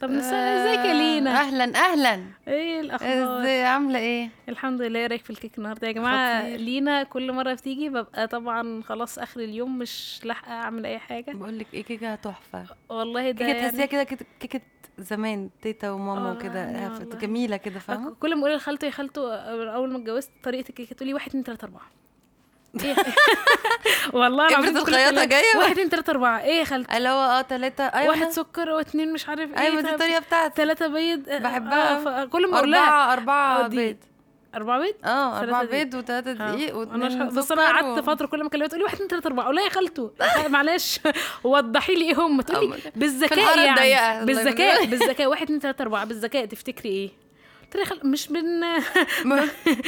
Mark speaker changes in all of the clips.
Speaker 1: طب مساء
Speaker 2: آه،
Speaker 1: ازيك يا لينا
Speaker 2: اهلا اهلا
Speaker 1: ايه الاخبار
Speaker 2: ازاي عامله ايه
Speaker 1: الحمد لله إيه رايك في الكيك النهارده يا جماعه
Speaker 2: خطير.
Speaker 1: لينا كل مره بتيجي ببقى طبعا خلاص اخر اليوم مش لاحقه اعمل اي حاجه
Speaker 2: بقول لك ايه كيكه تحفه
Speaker 1: والله ده
Speaker 2: كيكه تحسيها
Speaker 1: يعني
Speaker 2: كده كده- كيكه زمان تيتا وماما
Speaker 1: آه،
Speaker 2: وكده
Speaker 1: يعني
Speaker 2: هف-
Speaker 1: والله.
Speaker 2: جميله كده فاهمه
Speaker 1: كل ما اقول لخالته يا خالته اول ما اتجوزت طريقه الكيكه تقول لي واحد اتنين تلاته اربعه إيه؟ والله
Speaker 2: إبرة
Speaker 1: العظيم كل
Speaker 2: الخياطة
Speaker 1: كلام،
Speaker 2: جاية؟
Speaker 1: واحد اتنين تلاته اربعه ايه يا خالته
Speaker 2: اللي هو اه تلاته ايوه
Speaker 1: واحد سكر واتنين مش عارف ايه
Speaker 2: ايوه دي الطريقه بتاعتي
Speaker 1: ثلاثة بيض آه،
Speaker 2: بحبها
Speaker 1: آه، ف- كل ما اقول لها
Speaker 2: اربعه اربعه
Speaker 1: آه، دي-
Speaker 2: بيض
Speaker 1: اربعة بيض
Speaker 2: اه اربعه
Speaker 1: ثلاثة دقيق.
Speaker 2: بيض وثلاثه دقيق
Speaker 1: انا آه. مش
Speaker 2: واثنين
Speaker 1: عارفة- بس انا قعدت فتره كل ما اكلمها تقول لي واحد اتنين تلاته اربعه اقول لها يا خالته معلش وضحي لي ايه هم تقول
Speaker 2: أم-
Speaker 1: لي بالذكاء
Speaker 2: الحارة الضيقة،
Speaker 1: يعني
Speaker 2: الله
Speaker 1: بالذكاء
Speaker 2: يبارك.
Speaker 1: بالذكاء واحد اتنين تلاته اربعه بالذكاء تفتكري ايه؟ قلت لها يا خال- مش بن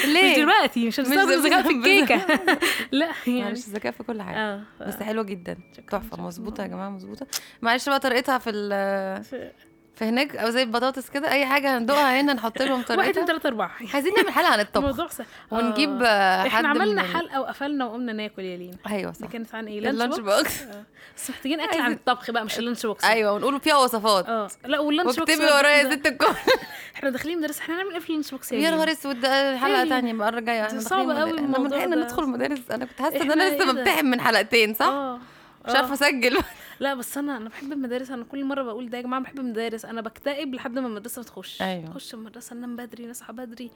Speaker 2: ليه؟
Speaker 1: مش دلوقتي مش هنستخدم
Speaker 2: دلوقتي.
Speaker 1: الذكاء في الكيكه لا يعني
Speaker 2: معلش ذكاء في كل حاجه
Speaker 1: اه ف-
Speaker 2: بس حلوه جدا
Speaker 1: شكراً،
Speaker 2: تحفه
Speaker 1: شكراً.
Speaker 2: مظبوطه يا جماعه مظبوطه معلش بقى طريقتها في ال-
Speaker 1: ف-
Speaker 2: في هناك او زي البطاطس كده اي حاجه هندوقها هنا نحط لهم
Speaker 1: واحد اتنين
Speaker 2: طريقتها
Speaker 1: تلاته اربعه
Speaker 2: عايزين نعمل حلقه عن الطبخ
Speaker 1: الموضوع سهل آه.
Speaker 2: ونجيب آه، حد
Speaker 1: احنا عملنا
Speaker 2: من-
Speaker 1: حلقه وقفلنا وقمنا ناكل يا لينا
Speaker 2: ايوه
Speaker 1: دي
Speaker 2: صح
Speaker 1: كانت عن ايه
Speaker 2: اللانش
Speaker 1: لانش بوكس
Speaker 2: بوكس
Speaker 1: آه. بس محتاجين اكل عن
Speaker 2: عايزين-
Speaker 1: الطبخ بقى مش اللانش بوكس
Speaker 2: ايوه ونقول فيها وصفات
Speaker 1: اه لا واللانش بوكس
Speaker 2: واكتبي
Speaker 1: برضه
Speaker 2: ورايا
Speaker 1: كده.
Speaker 2: يا ست الكل
Speaker 1: احنا داخلين مدرسه احنا هنعمل ايه في اللانش بوكس
Speaker 2: يا نهار اسود ده حلقه
Speaker 1: تاني.
Speaker 2: تانية المره الجايه
Speaker 1: ده
Speaker 2: احنا
Speaker 1: صعب
Speaker 2: داخلين
Speaker 1: قوي
Speaker 2: مد-
Speaker 1: الموضوع
Speaker 2: لما لحقنا
Speaker 1: ده.
Speaker 2: ندخل مدارس انا كنت حاسه ان
Speaker 1: إحنا
Speaker 2: انا لسه
Speaker 1: إيه ده؟ آه.
Speaker 2: بمتحن من حلقتين صح؟
Speaker 1: اه
Speaker 2: مش عارفه اسجل
Speaker 1: لا بس انا انا بحب المدارس انا كل مره بقول ده يا جماعه أنا بحب المدارس انا بكتئب لحد ما المدرسه بتخش
Speaker 2: أيوة.
Speaker 1: نخش المدرسه ننام بدري نصحى بدري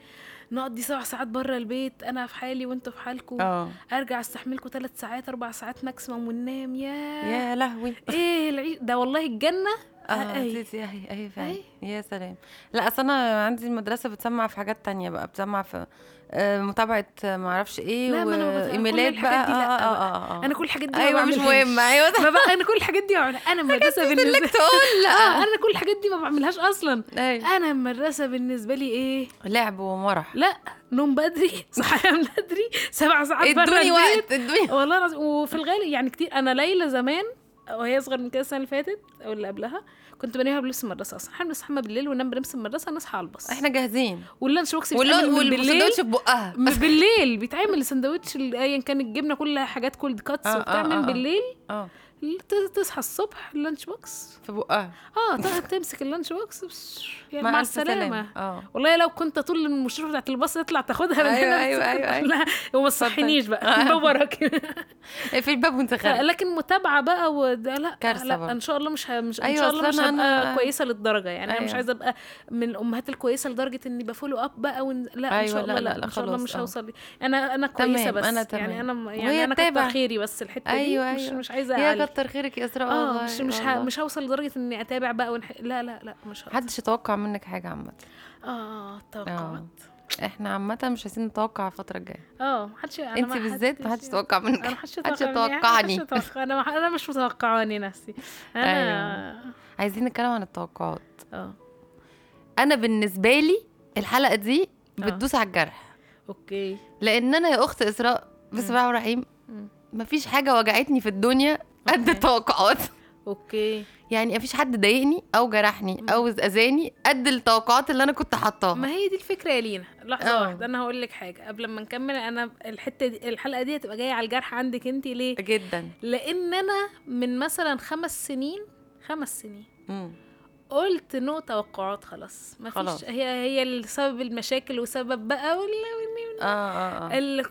Speaker 1: نقعد دي سبع ساعات بره البيت انا في حالي وانتوا في حالكم
Speaker 2: اه
Speaker 1: ارجع استحملكم ثلاث ساعات اربع ساعات ماكسيموم وننام يا
Speaker 2: يا لهوي
Speaker 1: ايه العيد ده والله الجنه
Speaker 2: اه
Speaker 1: أي.
Speaker 2: تيتي اهي اهي فعلا
Speaker 1: أي.
Speaker 2: يا سلام لا اصل انا عندي المدرسه بتسمع في حاجات تانية بقى بتسمع في آه، متابعه آه، معرفش ايه
Speaker 1: لا، ما أنا ما بت- كل
Speaker 2: وايميلات
Speaker 1: الحاجات
Speaker 2: بقى
Speaker 1: دي لأ
Speaker 2: اه
Speaker 1: بقى.
Speaker 2: اه اه
Speaker 1: انا كل الحاجات دي ما
Speaker 2: ايوه مش
Speaker 1: بعملهاش.
Speaker 2: مهمه ايوه
Speaker 1: ما بقى انا كل الحاجات دي بعملها. انا المدرسه بالنسبه
Speaker 2: لك تقول
Speaker 1: اه
Speaker 2: لا
Speaker 1: انا كل الحاجات دي ما بعملهاش اصلا
Speaker 2: أيوة.
Speaker 1: انا المدرسه بالنسبه لي ايه
Speaker 2: لعب ومرح
Speaker 1: لا نوم بدري صحيان بدري سبع ساعات بره
Speaker 2: ادوني
Speaker 1: البيت
Speaker 2: وقت ادوني
Speaker 1: والله العظيم وفي الغالب يعني كتير انا ليلى زمان وهي اصغر من كده السنه اللي فاتت او اللي قبلها كنت بنامها بلبس المدرسه اصلا احنا بنستحمى بالليل وننام بلبس المدرسه نصحى على الباص
Speaker 2: احنا جاهزين
Speaker 1: واللانش بوكس بيتعمل
Speaker 2: واللون
Speaker 1: من بالليل
Speaker 2: والسندوتش في بقها
Speaker 1: من بالليل بيتعمل سندوتش ال- ايا كان الجبنه كلها حاجات كولد كاتس
Speaker 2: آه، آه،
Speaker 1: وبتاع
Speaker 2: آه،
Speaker 1: من
Speaker 2: آه.
Speaker 1: بالليل
Speaker 2: اه
Speaker 1: ت- تصحى الصبح اللانش بوكس
Speaker 2: في بقها
Speaker 1: اه ت- تمسك اللانش بوكس بس يعني
Speaker 2: مع
Speaker 1: مع
Speaker 2: ألف
Speaker 1: السلامه
Speaker 2: اه
Speaker 1: والله لو كنت طول المشرفه بتاعت الباص تطلع تاخدها من
Speaker 2: أيوة،
Speaker 1: هنا
Speaker 2: أيوة، أيوة، آه. أيوة.
Speaker 1: لا وما تصحينيش بقى الباب وراك
Speaker 2: إيه، في الباب وانت خارج
Speaker 1: لكن متابعه بقى وده لا
Speaker 2: كارثة
Speaker 1: لا
Speaker 2: برضه.
Speaker 1: ان شاء الله مش ه- مش ان
Speaker 2: أيوة،
Speaker 1: شاء الله مش
Speaker 2: أصل
Speaker 1: هبقى
Speaker 2: أنا- أنا-
Speaker 1: كويسه للدرجه يعني انا مش
Speaker 2: أيوة.
Speaker 1: عايزه ابقى من الامهات الكويسه لدرجه اني بفولو اب بقى ون... لا ان
Speaker 2: أيوة،
Speaker 1: شاء الله
Speaker 2: لا،
Speaker 1: لا,
Speaker 2: لا، لا،
Speaker 1: ان شاء الله
Speaker 2: خلاص،
Speaker 1: مش
Speaker 2: آه.
Speaker 1: هوصل انا انا كويسه
Speaker 2: تمام،
Speaker 1: بس
Speaker 2: أنا
Speaker 1: يعني
Speaker 2: تمام.
Speaker 1: انا م- يعني
Speaker 2: وهي
Speaker 1: انا كتر
Speaker 2: تتابع.
Speaker 1: خيري بس الحته
Speaker 2: أيوة،
Speaker 1: دي مش
Speaker 2: أيوة.
Speaker 1: مش عايزه
Speaker 2: يا
Speaker 1: اعلي
Speaker 2: كتر خيرك يا اسراء
Speaker 1: اه
Speaker 2: والله
Speaker 1: مش مش ه...
Speaker 2: والله.
Speaker 1: مش هوصل لدرجه اني اتابع بقى ونح... لا لا لا مش هوصل
Speaker 2: محدش يتوقع منك حاجه عامه
Speaker 1: اه توقعات
Speaker 2: آه. احنا عامه مش عايزين نتوقع الفتره الجايه
Speaker 1: اه محدش انا
Speaker 2: انت
Speaker 1: ما
Speaker 2: بالذات محدش
Speaker 1: حدش- يعني.
Speaker 2: يتوقع منك
Speaker 1: انا محدش
Speaker 2: محدش
Speaker 1: يتوقعني
Speaker 2: يتوقعني.
Speaker 1: محدش يتوقع انا انا مش متوقعاني نفسي
Speaker 2: أيوة.
Speaker 1: انا
Speaker 2: عايزين نتكلم عن التوقعات
Speaker 1: اه
Speaker 2: انا بالنسبه لي الحلقه دي
Speaker 1: آه.
Speaker 2: بتدوس على الجرح
Speaker 1: اوكي
Speaker 2: لان انا يا اخت اسراء بسم الله الرحمن
Speaker 1: مم.
Speaker 2: الرحيم مفيش حاجه وجعتني في الدنيا قد
Speaker 1: أوكي.
Speaker 2: التوقعات
Speaker 1: اوكي
Speaker 2: يعني مفيش حد ضايقني او جرحني او اذاني قد التوقعات اللي انا كنت
Speaker 1: ما
Speaker 2: حطاها
Speaker 1: هي دي الفكره يا لينا لحظه
Speaker 2: آه.
Speaker 1: واحده انا هقول لك حاجه قبل ما نكمل انا الحته دي الحلقه دي هتبقى جايه على الجرح عندك انت ليه
Speaker 2: جدا
Speaker 1: لان انا من مثلا خمس سنين خمس سنين
Speaker 2: مم.
Speaker 1: قلت نو توقعات خلاص ما فيش
Speaker 2: خلاص.
Speaker 1: هي هي السبب المشاكل وسبب بقى وال-
Speaker 2: اه اه اه
Speaker 1: ال...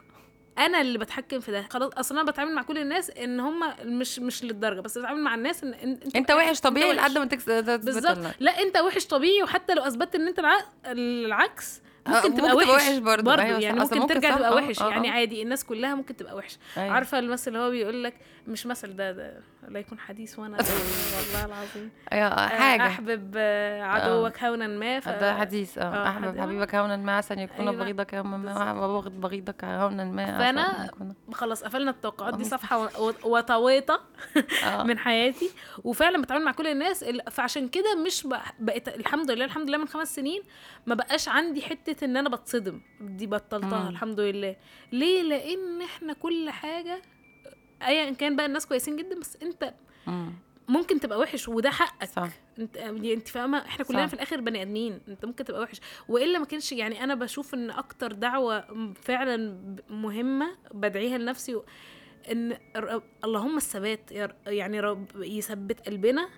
Speaker 1: انا اللي بتحكم في ده خلاص اصلا انا بتعامل مع كل الناس ان هم مش مش للدرجه بس بتعامل مع الناس ان, إن
Speaker 2: انت وحش طبيعي
Speaker 1: وحش.
Speaker 2: لحد ما تكس- تثبت
Speaker 1: بالظبط
Speaker 2: لنا
Speaker 1: لا انت وحش طبيعي وحتى لو اثبتت ان انت الع- العكس
Speaker 2: آه،
Speaker 1: ممكن تبقى وحش,
Speaker 2: برضه.
Speaker 1: برضه
Speaker 2: أيوة صح.
Speaker 1: يعني
Speaker 2: أصل
Speaker 1: ممكن
Speaker 2: ممكن
Speaker 1: ترجع
Speaker 2: صح.
Speaker 1: تبقى
Speaker 2: آه،
Speaker 1: وحش
Speaker 2: آه،
Speaker 1: يعني
Speaker 2: آه.
Speaker 1: عادي الناس كلها ممكن تبقى وحش
Speaker 2: أيوة.
Speaker 1: عارفه المثل اللي هو بيقول لك مش مثل ده, ده لا يكون حديث وانا والله العظيم
Speaker 2: آه،
Speaker 1: آه،
Speaker 2: حاجه
Speaker 1: احبب آه، عدوك هونا ما ف...
Speaker 2: ده حديث
Speaker 1: آه،
Speaker 2: اه
Speaker 1: حد-
Speaker 2: احبب حبيبك هونا ما عسى يكون
Speaker 1: أيوة.
Speaker 2: بغيضك يوما ما
Speaker 1: بالظبط.
Speaker 2: واحبب أبغض بغيضك هونا ما عسى
Speaker 1: فأنا
Speaker 2: أن يكون-
Speaker 1: خلاص قفلنا التوقعات دي
Speaker 2: اللهم
Speaker 1: صفحه و- وطويطه
Speaker 2: آه.
Speaker 1: من حياتي وفعلا بتعامل مع كل الناس ال- فعشان كده مش بق- بقيت الحمد لله الحمد لله من خمس سنين ما بقاش عندي حته ان انا بتصدم دي بطلتها
Speaker 2: مم.
Speaker 1: الحمد لله ليه لان احنا كل حاجه ايا كان بقى الناس كويسين جدا بس انت
Speaker 2: مم.
Speaker 1: ممكن تبقى وحش وده حقك
Speaker 2: صح
Speaker 1: انت يعني انت فاهمه احنا كلنا
Speaker 2: صح.
Speaker 1: في الاخر بني ادمين انت ممكن تبقى وحش والا ما كانش يعني انا بشوف ان اكتر دعوه فعلا مهمه بدعيها لنفسي و- ان ر- اللهم الثبات يا ر- يعني رب يثبت قلبنا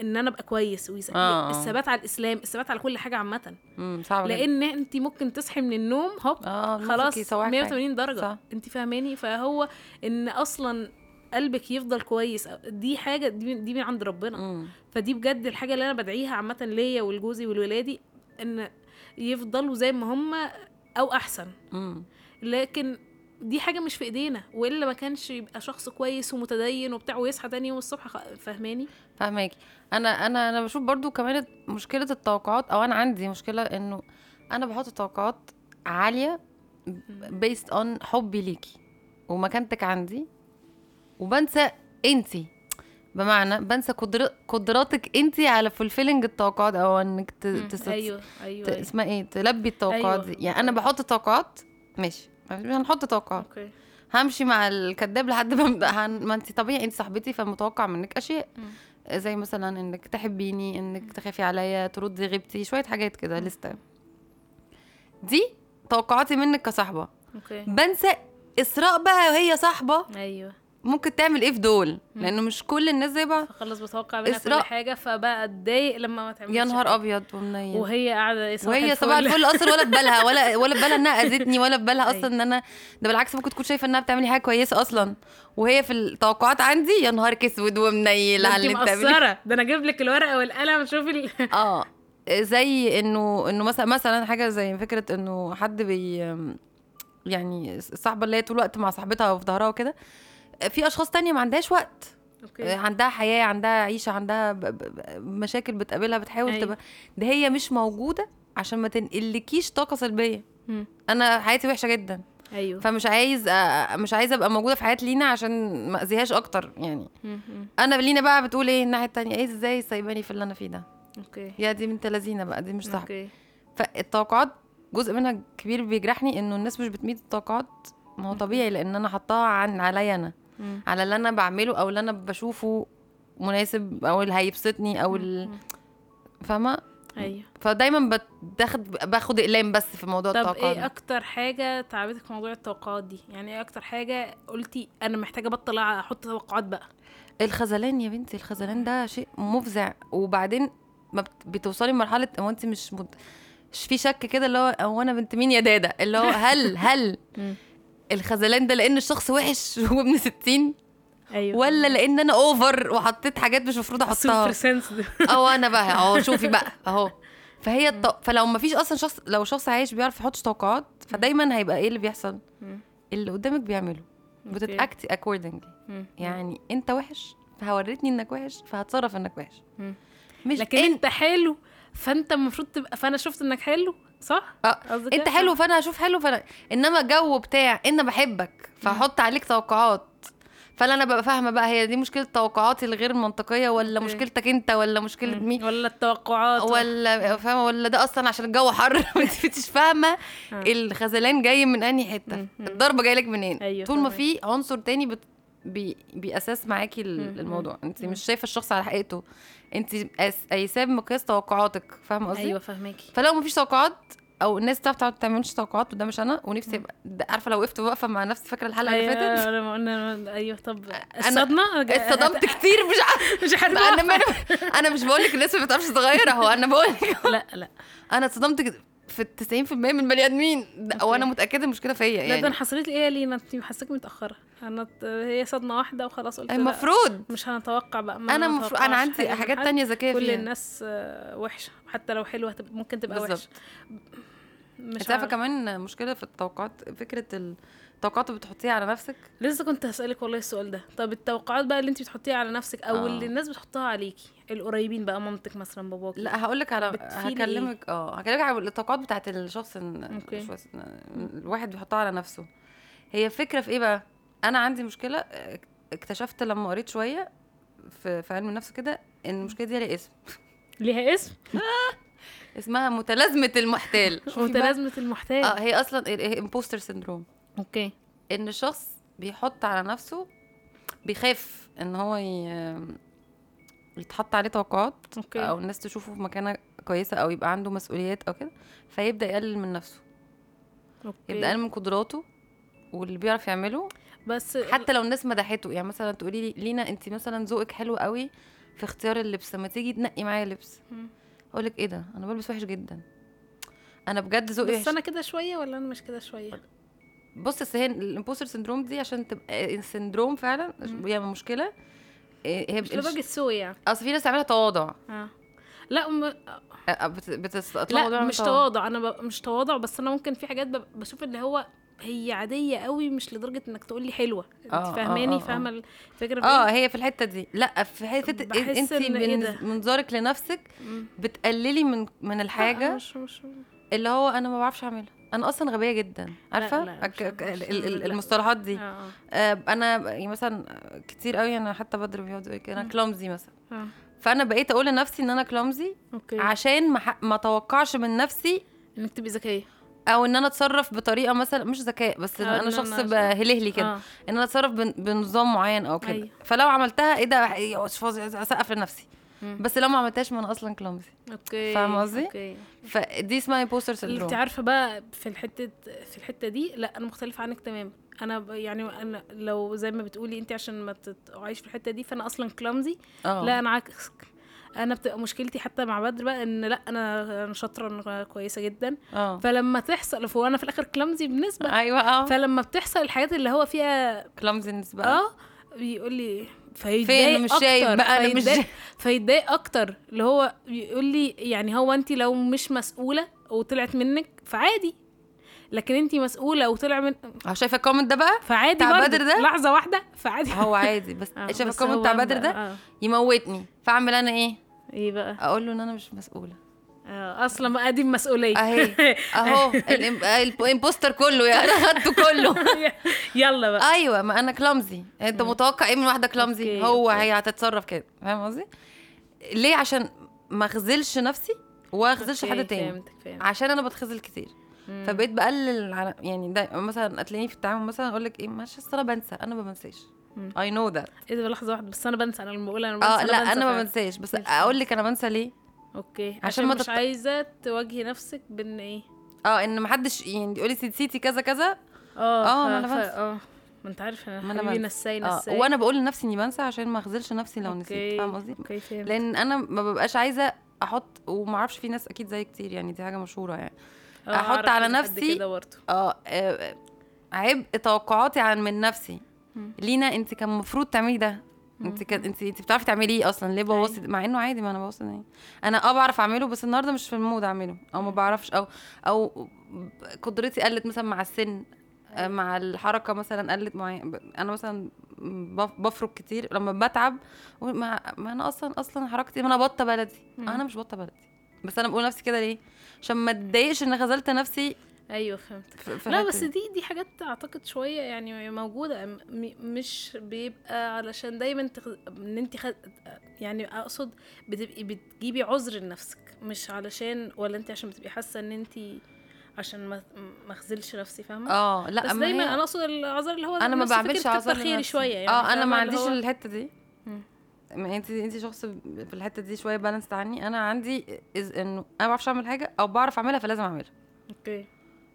Speaker 1: ان انا ابقى كويس ويس...
Speaker 2: آه.
Speaker 1: الثبات على الاسلام الثبات على كل حاجه عامه
Speaker 2: امم صعب جدا
Speaker 1: لان انت ممكن تصحي من النوم هوب
Speaker 2: اه المخ
Speaker 1: خلاص
Speaker 2: يسوحك حاجة.
Speaker 1: 180 درجه
Speaker 2: صح.
Speaker 1: صح. انت فاهماني فهو ان اصلا قلبك يفضل كويس دي حاجه دي من, دي من عند ربنا
Speaker 2: مم.
Speaker 1: فدي بجد الحاجه اللي انا بدعيها عامه ليا ولجوزي ولولادي ان يفضلوا زي ما هم او احسن
Speaker 2: مم.
Speaker 1: لكن دي حاجه مش في ايدينا والا ما كانش يبقى شخص كويس ومتدين وبتاع ويصحى تاني يوم الصبح خ- فاهماني
Speaker 2: فاهماكي انا انا انا بشوف برضو كمان مشكله التوقعات او انا عندي مشكله انه انا بحط توقعات عاليه based on حبي ليكي ومكانتك عندي وبنسى انتي بمعنى بنسى قدر- قدراتك انتي على fulfilling التوقعات او انك ت- تست-
Speaker 1: ايوه ايوه,
Speaker 2: ت-
Speaker 1: أيوة.
Speaker 2: اسمها ايه تلبي التوقعات
Speaker 1: أيوة.
Speaker 2: دي يعني انا بحط توقعات ماشي هنحط توقعات
Speaker 1: اوكي
Speaker 2: همشي مع الكذاب لحد ما أبدأ- هن- ما انت طبيعي انت صاحبتي فمتوقع منك اشياء
Speaker 1: مم.
Speaker 2: زي مثلا انك تحبيني انك تخافي عليا تردي غيبتي شويه حاجات كده لسته دي توقعاتي منك كصاحبه
Speaker 1: اوكي
Speaker 2: بنسى اسراء بقى وهي صاحبه
Speaker 1: ايوه
Speaker 2: ممكن تعمل ايه في دول لانه مش كل الناس زي بعض
Speaker 1: فخلص بتوقع منها كل
Speaker 2: إسراء.
Speaker 1: حاجه فبقى اتضايق لما ما تعملش
Speaker 2: يا نهار
Speaker 1: كده.
Speaker 2: ابيض ومنيل
Speaker 1: وهي قاعده إيه صباح
Speaker 2: وهي صباح الفل اصلا ولا في بالها ولا ولا في بالها انها اذتني ولا في بالها اصلا
Speaker 1: أيوة.
Speaker 2: ان انا ده بالعكس ممكن تكون شايفه انها بتعملي حاجه كويسه اصلا وهي في التوقعات عندي يا نهارك اسود ومنيل
Speaker 1: ده
Speaker 2: على
Speaker 1: انت
Speaker 2: اللي بتعمليه
Speaker 1: مقصره ده انا اجيب لك الورقه والقلم شوفي ال...
Speaker 2: اه زي انه انه مثلا مثلا حاجه زي فكره انه حد بي يعني الصاحبه اللي هي طول الوقت مع صاحبتها وفي ظهرها وكده في اشخاص تانية ما عندهاش وقت
Speaker 1: اوكي
Speaker 2: عندها حياه عندها عيشه عندها ب- ب- ب- مشاكل بتقابلها بتحاول
Speaker 1: أيوة.
Speaker 2: تبقى ده هي مش موجوده عشان ما تنقلكيش طاقه سلبيه
Speaker 1: مم.
Speaker 2: انا حياتي وحشه جدا
Speaker 1: ايوه
Speaker 2: فمش عايز أ- مش عايزه ابقى موجوده في حياه لينا عشان ما اذيهاش اكتر يعني
Speaker 1: مم، مم.
Speaker 2: انا لينا بقى بتقول ايه الناحيه التانية ايه ازاي سايباني في اللي انا فيه ده
Speaker 1: اوكي
Speaker 2: يا دي بنت لذينه بقى دي مش صاحبه
Speaker 1: اوكي
Speaker 2: فالتوقعات جزء منها كبير بيجرحني انه الناس مش بتميد التوقعات ما هو طبيعي لان انا حطاها عن عليا انا
Speaker 1: مم.
Speaker 2: على اللي انا بعمله او اللي انا بشوفه مناسب او اللي هيبسطني او ال-
Speaker 1: مم.
Speaker 2: فاهمه
Speaker 1: ايوه
Speaker 2: فدايما باخد باخد اقلام بس في موضوع
Speaker 1: طب
Speaker 2: التوقعات
Speaker 1: ايه
Speaker 2: ده.
Speaker 1: اكتر حاجه تعبتك في موضوع التوقعات دي يعني ايه اكتر حاجه قلتي انا محتاجه ابطل احط توقعات بقى
Speaker 2: الخذلان يا بنتي الخذلان ده شيء مفزع وبعدين ما بت- بتوصلي لمرحله هو انت مش مد... مش في شك كده اللي هو هو انا بنت مين يا دادا اللي هو هل هل الخذلان ده لان الشخص وحش وابن 60
Speaker 1: ايوه
Speaker 2: ولا لان انا اوفر وحطيت حاجات مش المفروض
Speaker 1: سوبر
Speaker 2: احطها
Speaker 1: سنس ده.
Speaker 2: او انا بقى اهو شوفي بقى اهو فهي الط... فلو ما فيش اصلا شخص لو شخص عايش بيعرف يحط توقعات فدايما هيبقى ايه اللي بيحصل
Speaker 1: مم.
Speaker 2: اللي قدامك بيعمله
Speaker 1: أوكي.
Speaker 2: بتتاكتي اكوردنجلي
Speaker 1: مم.
Speaker 2: يعني انت وحش فوريتني انك وحش فهتصرف انك وحش
Speaker 1: مم.
Speaker 2: مش
Speaker 1: Hmm. لكن
Speaker 2: انت
Speaker 1: انت حلو فانت المفروض تبقى فانا شفت انك حلو صح
Speaker 2: اه
Speaker 1: قصدك إيه؟
Speaker 2: انت
Speaker 1: كده؟
Speaker 2: حلو فانا هشوف حلو فانا انما جو بتاع ان بحبك
Speaker 1: Hmm.
Speaker 2: فهحط عليك توقعات فلا انا ببقى فاهمه بقى هي دي مشكله توقعاتي الغير منطقيه ولا
Speaker 1: اوكي.
Speaker 2: مشكلتك انت ولا مشكله
Speaker 1: مم.
Speaker 2: مين
Speaker 1: ولا التوقعات
Speaker 2: ولا فاهمه ولا ده اصلا عشان الجو حر انت مش فاهمه
Speaker 1: آه.
Speaker 2: الخذلان جاي من انهي حته
Speaker 1: مم. مم.
Speaker 2: الضربه جايه لك منين
Speaker 1: أيوة،
Speaker 2: طول ما
Speaker 1: فاهمك.
Speaker 2: في عنصر تاني بت... بي... بيأساس معاكي ال-
Speaker 1: مم.
Speaker 2: الموضوع انت
Speaker 1: مم.
Speaker 2: مش شايفه الشخص على حقيقته انت قاس- قايساه بمقياس توقعاتك فاهمه قصدي
Speaker 1: ايوه فاهماكي
Speaker 2: فلو مفيش توقعات او الناس بتعرف ما تعملش توقعات وده مش انا ونفسي
Speaker 1: مم.
Speaker 2: يبقى ده- عارفه لو وقفت واقفه مع نفسي فاكره الحلقه اللي
Speaker 1: أيوة،
Speaker 2: فاتت
Speaker 1: لما قلنا ايوه طب الصدمه
Speaker 2: اتصدمت كتير مش عارفه
Speaker 1: مش عارفه
Speaker 2: انا ما- انا مش بقول لك الناس ما بتعرفش تتغير اهو انا بقول لك
Speaker 1: لا لا
Speaker 2: انا اتصدمت كده في 90% من البني ادمين ده- وانا متاكده المشكله فيا
Speaker 1: لا ده انا
Speaker 2: يعني
Speaker 1: حصلت لي ايه يا لينا انت حاساك متاخره انا ت- هي صدمه واحده وخلاص قلت لا
Speaker 2: المفروض
Speaker 1: مش هنتوقع بقى ما
Speaker 2: انا المفروض انا
Speaker 1: متوقعش
Speaker 2: عندي
Speaker 1: حاجة من
Speaker 2: حاجات
Speaker 1: حد.
Speaker 2: تانية ذكيه
Speaker 1: كل
Speaker 2: فيها
Speaker 1: الناس آه، وحشه حتى لو حلوه هتبقى- ممكن تبقى
Speaker 2: بالظبط
Speaker 1: وحشه مش
Speaker 2: انت عارفه
Speaker 1: عارفه
Speaker 2: كمان مشكله في التوقعات فكره التوقعات اللي بتحطيها على نفسك
Speaker 1: لسه كنت هسالك والله السؤال ده طب التوقعات بقى اللي انت بتحطيها على نفسك او
Speaker 2: آه.
Speaker 1: اللي الناس بتحطها عليكي القريبين بقى مامتك مثلا باباك
Speaker 2: لا هقول لك على
Speaker 1: بتفيلي إيه؟
Speaker 2: هكلمك اه هكلمك على التوقعات بتاعت الشخص إن-
Speaker 1: أوكي.
Speaker 2: شو اسمه- الواحد بيحطها على نفسه هي فكره في ايه بقى انا عندي مشكله اه، اكتشفت لما قريت شويه في في علم النفس كده ان المشكله دي ليها اسم
Speaker 1: ليها اسم
Speaker 2: اسمها متلازمه المحتال شوفي بقى.
Speaker 1: متلازمه المحتاج
Speaker 2: اه هي اصلا امبوستر سيندروم
Speaker 1: اوكي
Speaker 2: ان الشخص بيحط على نفسه بيخاف ان هو ي... يتحط عليه توقعات
Speaker 1: اوكي
Speaker 2: او الناس تشوفه في مكانه كويسه او يبقى عنده مسؤوليات او كده فيبدا يقلل من نفسه
Speaker 1: اوكي
Speaker 2: يبدا يقلل من قدراته واللي بيعرف يعمله
Speaker 1: بس
Speaker 2: حتى لو الناس مدحته يعني مثلا تقولي لي لينا انت مثلا ذوقك حلو قوي في اختيار اللبس لما تيجي تنقي معايا لبس
Speaker 1: مم.
Speaker 2: اقول لك ايه ده انا بلبس وحش جدا انا بجد ذوقي
Speaker 1: بس
Speaker 2: وحش
Speaker 1: انا كده شويه ولا انا مش كده شويه
Speaker 2: بص اصل هي الامبوستر سندروم دي عشان تبقى آه، سندروم فعلا
Speaker 1: مم.
Speaker 2: هي مشكله إيه، هي
Speaker 1: مش لدرجه سوء يعني
Speaker 2: اصل في ناس تعملها تواضع
Speaker 1: اه لا م...
Speaker 2: أ- بت- بتستطلع موضوع
Speaker 1: لا
Speaker 2: من
Speaker 1: مش تواضع انا ب... مش تواضع بس انا ممكن في حاجات ب... بشوف ان هو هي عاديه قوي مش لدرجه انك تقول لي حلوه
Speaker 2: آه،
Speaker 1: انت
Speaker 2: آه،
Speaker 1: فاهماني
Speaker 2: آه، آه.
Speaker 1: فاهمه الفكره
Speaker 2: اه
Speaker 1: فين؟
Speaker 2: هي في الحته دي لا في حته إن-
Speaker 1: بحس
Speaker 2: انت
Speaker 1: إن إيه ده؟
Speaker 2: من منظارك لنفسك
Speaker 1: مم.
Speaker 2: بتقللي من من
Speaker 1: إيه؟ لا،
Speaker 2: الحاجه
Speaker 1: مش مش
Speaker 2: اللي هو انا ما بعرفش اعملها انا اصلا غبيه جدا عارفه
Speaker 1: لا، مش
Speaker 2: أك- أك-
Speaker 1: عارفة.
Speaker 2: ال- ال-
Speaker 1: لا.
Speaker 2: المصطلحات دي
Speaker 1: آه، آه،
Speaker 2: آه، انا ب- يعني مثلا كتير قوي انا حتى بضرب يقعد يقول لك انا
Speaker 1: مم.
Speaker 2: كلومزي مثلا
Speaker 1: آه.
Speaker 2: فانا بقيت اقول لنفسي ان انا كلومزي
Speaker 1: اوكي
Speaker 2: عشان ما ح- ما اتوقعش من نفسي
Speaker 1: انك تبقي ذكيه
Speaker 2: او ان انا اتصرف بطريقه مثلا مش ذكاء بس إن
Speaker 1: آه، إن
Speaker 2: انا شخص
Speaker 1: أنا-
Speaker 2: بهلهلي كده
Speaker 1: آه.
Speaker 2: ان انا اتصرف بن- بنظام معين او كده
Speaker 1: أيوة.
Speaker 2: فلو عملتها ايه ده إيه، مش فاضي اسقف لنفسي
Speaker 1: مم.
Speaker 2: بس لو ما عملتهاش ما انا اصلا كلومزي
Speaker 1: اوكي
Speaker 2: فاهمة قصدي؟
Speaker 1: اوكي
Speaker 2: فدي اسمها امبوستر
Speaker 1: اللي انت
Speaker 2: سندروم
Speaker 1: عارفه بقى في الحته في الحته دي لا انا مختلفه عنك تماما انا ب- يعني انا لو زي ما بتقولي انت عشان ما تقعيش في الحته دي فانا اصلا كلامزي
Speaker 2: آه.
Speaker 1: لا انا عكسك انا بتبقى مشكلتي حتى مع بدر بقى ان لا انا انا شاطره أنا كويسه جدا
Speaker 2: اه
Speaker 1: فلما تحصل فهو انا في الاخر كلامزي بالنسبه
Speaker 2: ايوه اه
Speaker 1: فلما بتحصل الحاجات اللي هو فيها
Speaker 2: كلامزنس بقى
Speaker 1: اه بيقول لي
Speaker 2: فين
Speaker 1: فيتضايق
Speaker 2: مش
Speaker 1: اكتر
Speaker 2: شايف بقى انا مش
Speaker 1: فيتضايق فيتضايق اكتر اللي هو يقول لي يعني هو انت لو مش مسؤوله وطلعت منك فعادي لكن انت مسؤوله وطلع من
Speaker 2: اه شايفه الكومنت ده بقى
Speaker 1: فعادي
Speaker 2: بتاع
Speaker 1: برضه
Speaker 2: بدر ده؟
Speaker 1: لحظه واحده فعادي
Speaker 2: هو عادي بس
Speaker 1: آه،
Speaker 2: شايفه
Speaker 1: بس
Speaker 2: الكومنت
Speaker 1: هو
Speaker 2: بتاع بدر
Speaker 1: بقى-
Speaker 2: ده
Speaker 1: آه.
Speaker 2: يموتني فاعمل انا ايه
Speaker 1: ايه بقى
Speaker 2: اقول له ان انا مش مسؤوله
Speaker 1: آه، اصلا بقى دي المسؤوليه
Speaker 2: اهي اهو الإم- الامبوستر آه، كله يعني انا خدته كله
Speaker 1: يلا بقى
Speaker 2: ايوه ما انا كلامزي انت متوقع ايه من واحده كلامزي
Speaker 1: أوكي،
Speaker 2: هو
Speaker 1: أوكي.
Speaker 2: هي هتتصرف كده فاهم قصدي ليه عشان ما اخذلش نفسي وما اخذلش
Speaker 1: أوكي،
Speaker 2: حد تاني
Speaker 1: فهمتك فهمت
Speaker 2: عشان انا بتخذل كتير
Speaker 1: مم.
Speaker 2: فبقيت بقلل على يعني ده مثلا هتلاقيني في التعامل مثلا اقول لك ايه معلش أصل انا بنسى انا ما بنساش
Speaker 1: مم.
Speaker 2: اي نو ذات
Speaker 1: ايه ده لحظه واحده بس انا بنسى انا لما بقول انا بنسى
Speaker 2: اه لا
Speaker 1: بنسى
Speaker 2: انا ما
Speaker 1: فعلاً.
Speaker 2: بنساش بس
Speaker 1: ماشي.
Speaker 2: اقول لك انا بنسى ليه
Speaker 1: اوكي عشان,
Speaker 2: ما
Speaker 1: مش
Speaker 2: تت-
Speaker 1: عايزه تواجهي نفسك بان ايه
Speaker 2: اه ان محدش يعني يقول لي نسيتي كذا كذا
Speaker 1: اه
Speaker 2: آه، ما
Speaker 1: ف-
Speaker 2: أنا
Speaker 1: ف-
Speaker 2: بنسى.
Speaker 1: اه ما انت عارفه انا
Speaker 2: ما أنا
Speaker 1: حبيبي
Speaker 2: بنسى.
Speaker 1: نساي
Speaker 2: اه
Speaker 1: نساي
Speaker 2: وانا بقول لنفسي اني بنسى عشان ما اخذلش نفسي لو
Speaker 1: أوكي،
Speaker 2: نسيت فاهم قصدي
Speaker 1: اوكي فهمت
Speaker 2: لان انا ما ببقاش عايزه احط وما اعرفش في ناس اكيد زي كتير يعني دي حاجه مشهوره يعني
Speaker 1: آه،
Speaker 2: أحط
Speaker 1: أعرف
Speaker 2: على
Speaker 1: إن حد
Speaker 2: نفسي
Speaker 1: كده برضه
Speaker 2: اه آه، عبء توقعاتي عن من نفسي
Speaker 1: مم.
Speaker 2: لينا انت كان المفروض تعملي ده انت كان انت انت بتعرفي تعمليه اصلا ليه
Speaker 1: أيوة.
Speaker 2: بوظتي مع انه عادي ما انا بوظت ايه انا اه بعرف اعمله بس النهارده مش في المود اعمله او ما بعرفش او او قدرتي قلت مثلا مع السن
Speaker 1: أيوة.
Speaker 2: آه، مع الحركه مثلا قلت معايا ب- انا مثلا بف- بفرك كتير لما بتعب أقول ما, ما انا اصلا اصلا حركتي ما انا بطه بلدي
Speaker 1: مم.
Speaker 2: انا مش بطه بلدي بس انا بقول نفسي كده ليه عشان ما اتضايقش ان خذلت نفسي
Speaker 1: ايوه فهمت
Speaker 2: في في
Speaker 1: لا
Speaker 2: الحتة
Speaker 1: بس
Speaker 2: دي.
Speaker 1: دي دي حاجات اعتقد شويه يعني موجوده م- م- مش بيبقى علشان دايما تخ... ان انت خد... يعني اقصد بتبقي بتجيبي عذر لنفسك مش علشان ولا انت عشان بتبقي حاسه ان انت عشان ما ما اخذلش نفسي فاهمه
Speaker 2: اه لا
Speaker 1: بس
Speaker 2: ما هي-
Speaker 1: دايما انا اقصد العذر اللي هو
Speaker 2: انا ما
Speaker 1: نفسي فكرة
Speaker 2: بعملش
Speaker 1: كتر
Speaker 2: عذر
Speaker 1: خيري
Speaker 2: لنفسي.
Speaker 1: شويه يعني
Speaker 2: اه انا
Speaker 1: فاهمة
Speaker 2: ما
Speaker 1: اللي
Speaker 2: عنديش
Speaker 1: هو-
Speaker 2: الحته دي
Speaker 1: مم.
Speaker 2: ما انت انت شخص ب- في الحته دي شويه بالانسد عني انا عندي إز انه انا ما بعرفش اعمل حاجه او بعرف اعملها فلازم اعملها
Speaker 1: اوكي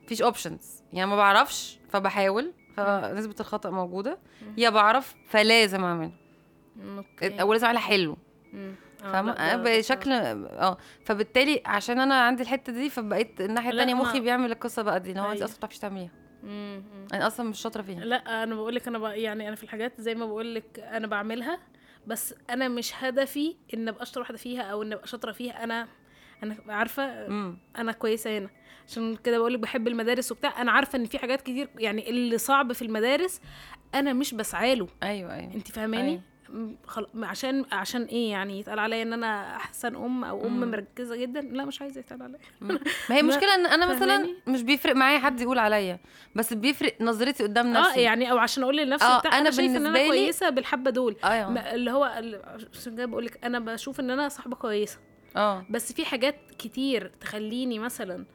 Speaker 2: مفيش اوبشنز يعني ما بعرفش فبحاول فنسبه الخطا موجوده يا بعرف فلازم اعملها
Speaker 1: مم، اوكي
Speaker 2: او لازم اعملها حلو
Speaker 1: إيه. مم. آه،
Speaker 2: فاهمه
Speaker 1: لا، ده-
Speaker 2: انا
Speaker 1: ده
Speaker 2: بشكل اه فبالتالي عشان انا عندي الحته دي فبقيت الناحيه
Speaker 1: لا،
Speaker 2: الثانيه
Speaker 1: ما-
Speaker 2: مخي بيعمل القصه بقى دي لو انت
Speaker 1: أيوه.
Speaker 2: اصلا ما بتعرفيش تعمليها
Speaker 1: صعب. مم، مم.
Speaker 2: انا اصلا مش شاطره فيها
Speaker 1: لا انا بقول لك انا بق... يعني انا في الحاجات زي ما بقول لك انا بعملها بس انا مش هدفي ان ابقى اشطر واحده فيها او ان ابقى شاطره فيها انا انا عارفه
Speaker 2: امم
Speaker 1: انا كويسه هنا عشان كده بقول لك بحب المدارس وبتاع انا عارفه ان في حاجات كتير يعني اللي صعب في المدارس انا مش بسعى له
Speaker 2: ايوه ايوه
Speaker 1: انت فاهماني م- خل... عشان عشان ايه يعني يتقال عليا ان انا احسن ام او ام
Speaker 2: مم.
Speaker 1: مركزه جدا لا مش عايزه يتقال عليا
Speaker 2: ما هي
Speaker 1: ما-
Speaker 2: مشكلة ان انا مثلا
Speaker 1: فاهماني؟
Speaker 2: مش بيفرق معايا حد يقول عليا بس بيفرق نظرتي قدام
Speaker 1: اه
Speaker 2: نفسي
Speaker 1: يعني او عشان اقول لنفسي
Speaker 2: آه،
Speaker 1: بتاع
Speaker 2: أنا
Speaker 1: انا شايفه ان انا
Speaker 2: بالنسبة لي-
Speaker 1: كويسه بالحبه دول
Speaker 2: ايوه
Speaker 1: ما اللي هو ال- عشان كده بقول لك انا بشوف ان انا صاحبه كويسه
Speaker 2: اه
Speaker 1: بس في حاجات كتير تخليني مثلا